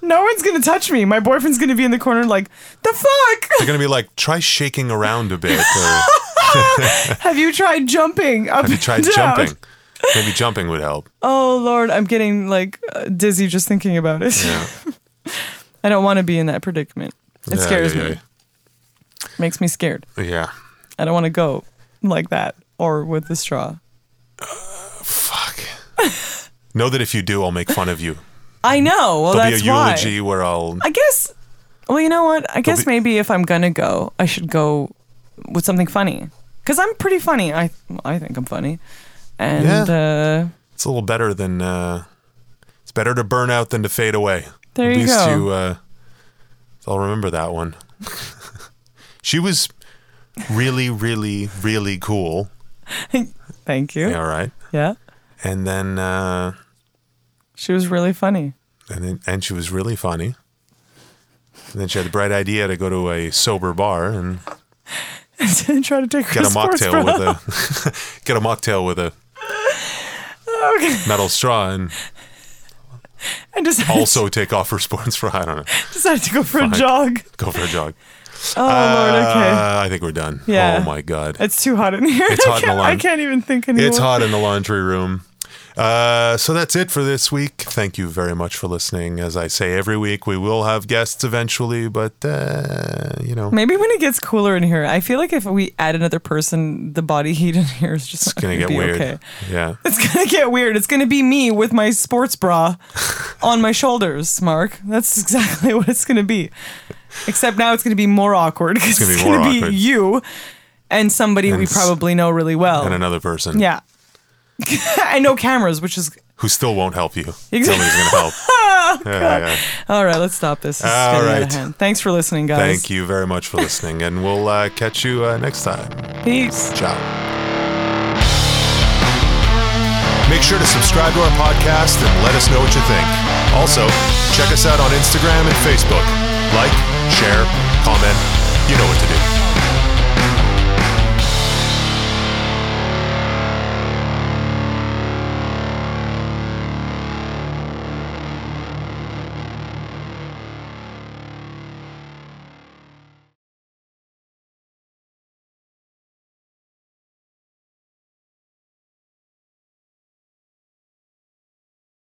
Speaker 2: No one's gonna touch me. My boyfriend's gonna be in the corner like, the fuck?
Speaker 1: They're going to be like, try shaking around a bit. Or,
Speaker 2: Have you tried jumping? Up
Speaker 1: Have you tried
Speaker 2: and down?
Speaker 1: jumping? Maybe jumping would help.
Speaker 2: Oh lord, I'm getting like uh, dizzy just thinking about it.
Speaker 1: Yeah.
Speaker 2: I don't want to be in that predicament. It
Speaker 1: Yeah,
Speaker 2: scares
Speaker 1: yeah,
Speaker 2: me. Makes me scared.
Speaker 1: Yeah. yeah.
Speaker 2: I don't want to go like that or with the straw.
Speaker 1: Fuck. know that if you do, I'll make fun of you.
Speaker 2: I know. Well,
Speaker 1: There'll
Speaker 2: that's
Speaker 1: be a
Speaker 2: why.
Speaker 1: eulogy where I'll.
Speaker 2: I guess. Well, you know what? I guess
Speaker 1: be-
Speaker 2: maybe if I'm gonna go, I should go with something funny because I'm pretty funny. I I think I'm funny, and uh,
Speaker 1: It's a little better than. Uh, it's better to burn out than to fade away.
Speaker 2: There
Speaker 1: At
Speaker 2: you
Speaker 1: least
Speaker 2: go.
Speaker 1: you. Uh, I'll remember that one. she was really, really, really cool.
Speaker 2: thank you.
Speaker 1: Yeah,
Speaker 2: Yeah.
Speaker 1: All right. And then, uh,
Speaker 2: she was really funny.
Speaker 1: and then, and she was really funny. And then she had the bright idea to go to a sober bar and
Speaker 2: Didn't try to take her
Speaker 1: get a
Speaker 2: sports
Speaker 1: mocktail
Speaker 2: bra.
Speaker 1: with a get a mocktail with a
Speaker 2: Okay.
Speaker 1: metal straw and
Speaker 2: I decided,
Speaker 1: also take off her sports for I don't know.
Speaker 2: decided to go for a
Speaker 1: Fine.
Speaker 2: jog.
Speaker 1: Go for a jog.
Speaker 2: Oh lord, okay.
Speaker 1: Uh, I think we're done.
Speaker 2: Yeah.
Speaker 1: Oh my god.
Speaker 2: It's too hot in here.
Speaker 1: It's
Speaker 2: I
Speaker 1: hot in the
Speaker 2: can't- I
Speaker 1: laun-
Speaker 2: can't even think anymore.
Speaker 1: It's hot in the laundry room. Uh, so that's it for this week. Thank you very much for listening. As I say every week, we will have guests eventually, but uh, you know,
Speaker 2: Maybe when it gets cooler in here, I feel like if we add another person, the body heat in here is just
Speaker 1: it's gonna get weird.
Speaker 2: Okay.
Speaker 1: Yeah.
Speaker 2: It's gonna get weird. It's gonna be me with my sports bra on my shoulders, Mark. That's exactly what it's gonna be. Except now it's gonna be more awkward because
Speaker 1: gonna
Speaker 2: it's
Speaker 1: be more
Speaker 2: gonna be
Speaker 1: awkward.
Speaker 2: you and somebody we
Speaker 1: s-
Speaker 2: probably know really
Speaker 1: And
Speaker 2: well.
Speaker 1: another person
Speaker 2: Yeah. I know cameras, which is
Speaker 1: who still won't help you.
Speaker 2: Ex-
Speaker 1: Nobody's gonna help. Yeah, yeah.
Speaker 2: all right. Let's stop this. This is
Speaker 1: All
Speaker 2: getting out
Speaker 1: right.
Speaker 2: of hand. Thanks for listening, guys.
Speaker 1: Thank you very much for listening, and we'll uh, catch you uh, next time.
Speaker 2: Peace.
Speaker 1: Ciao. Make sure to subscribe to our podcast and let us know what you think. Also, check us out on Instagram and Facebook. Like, share, comment. You know what to do.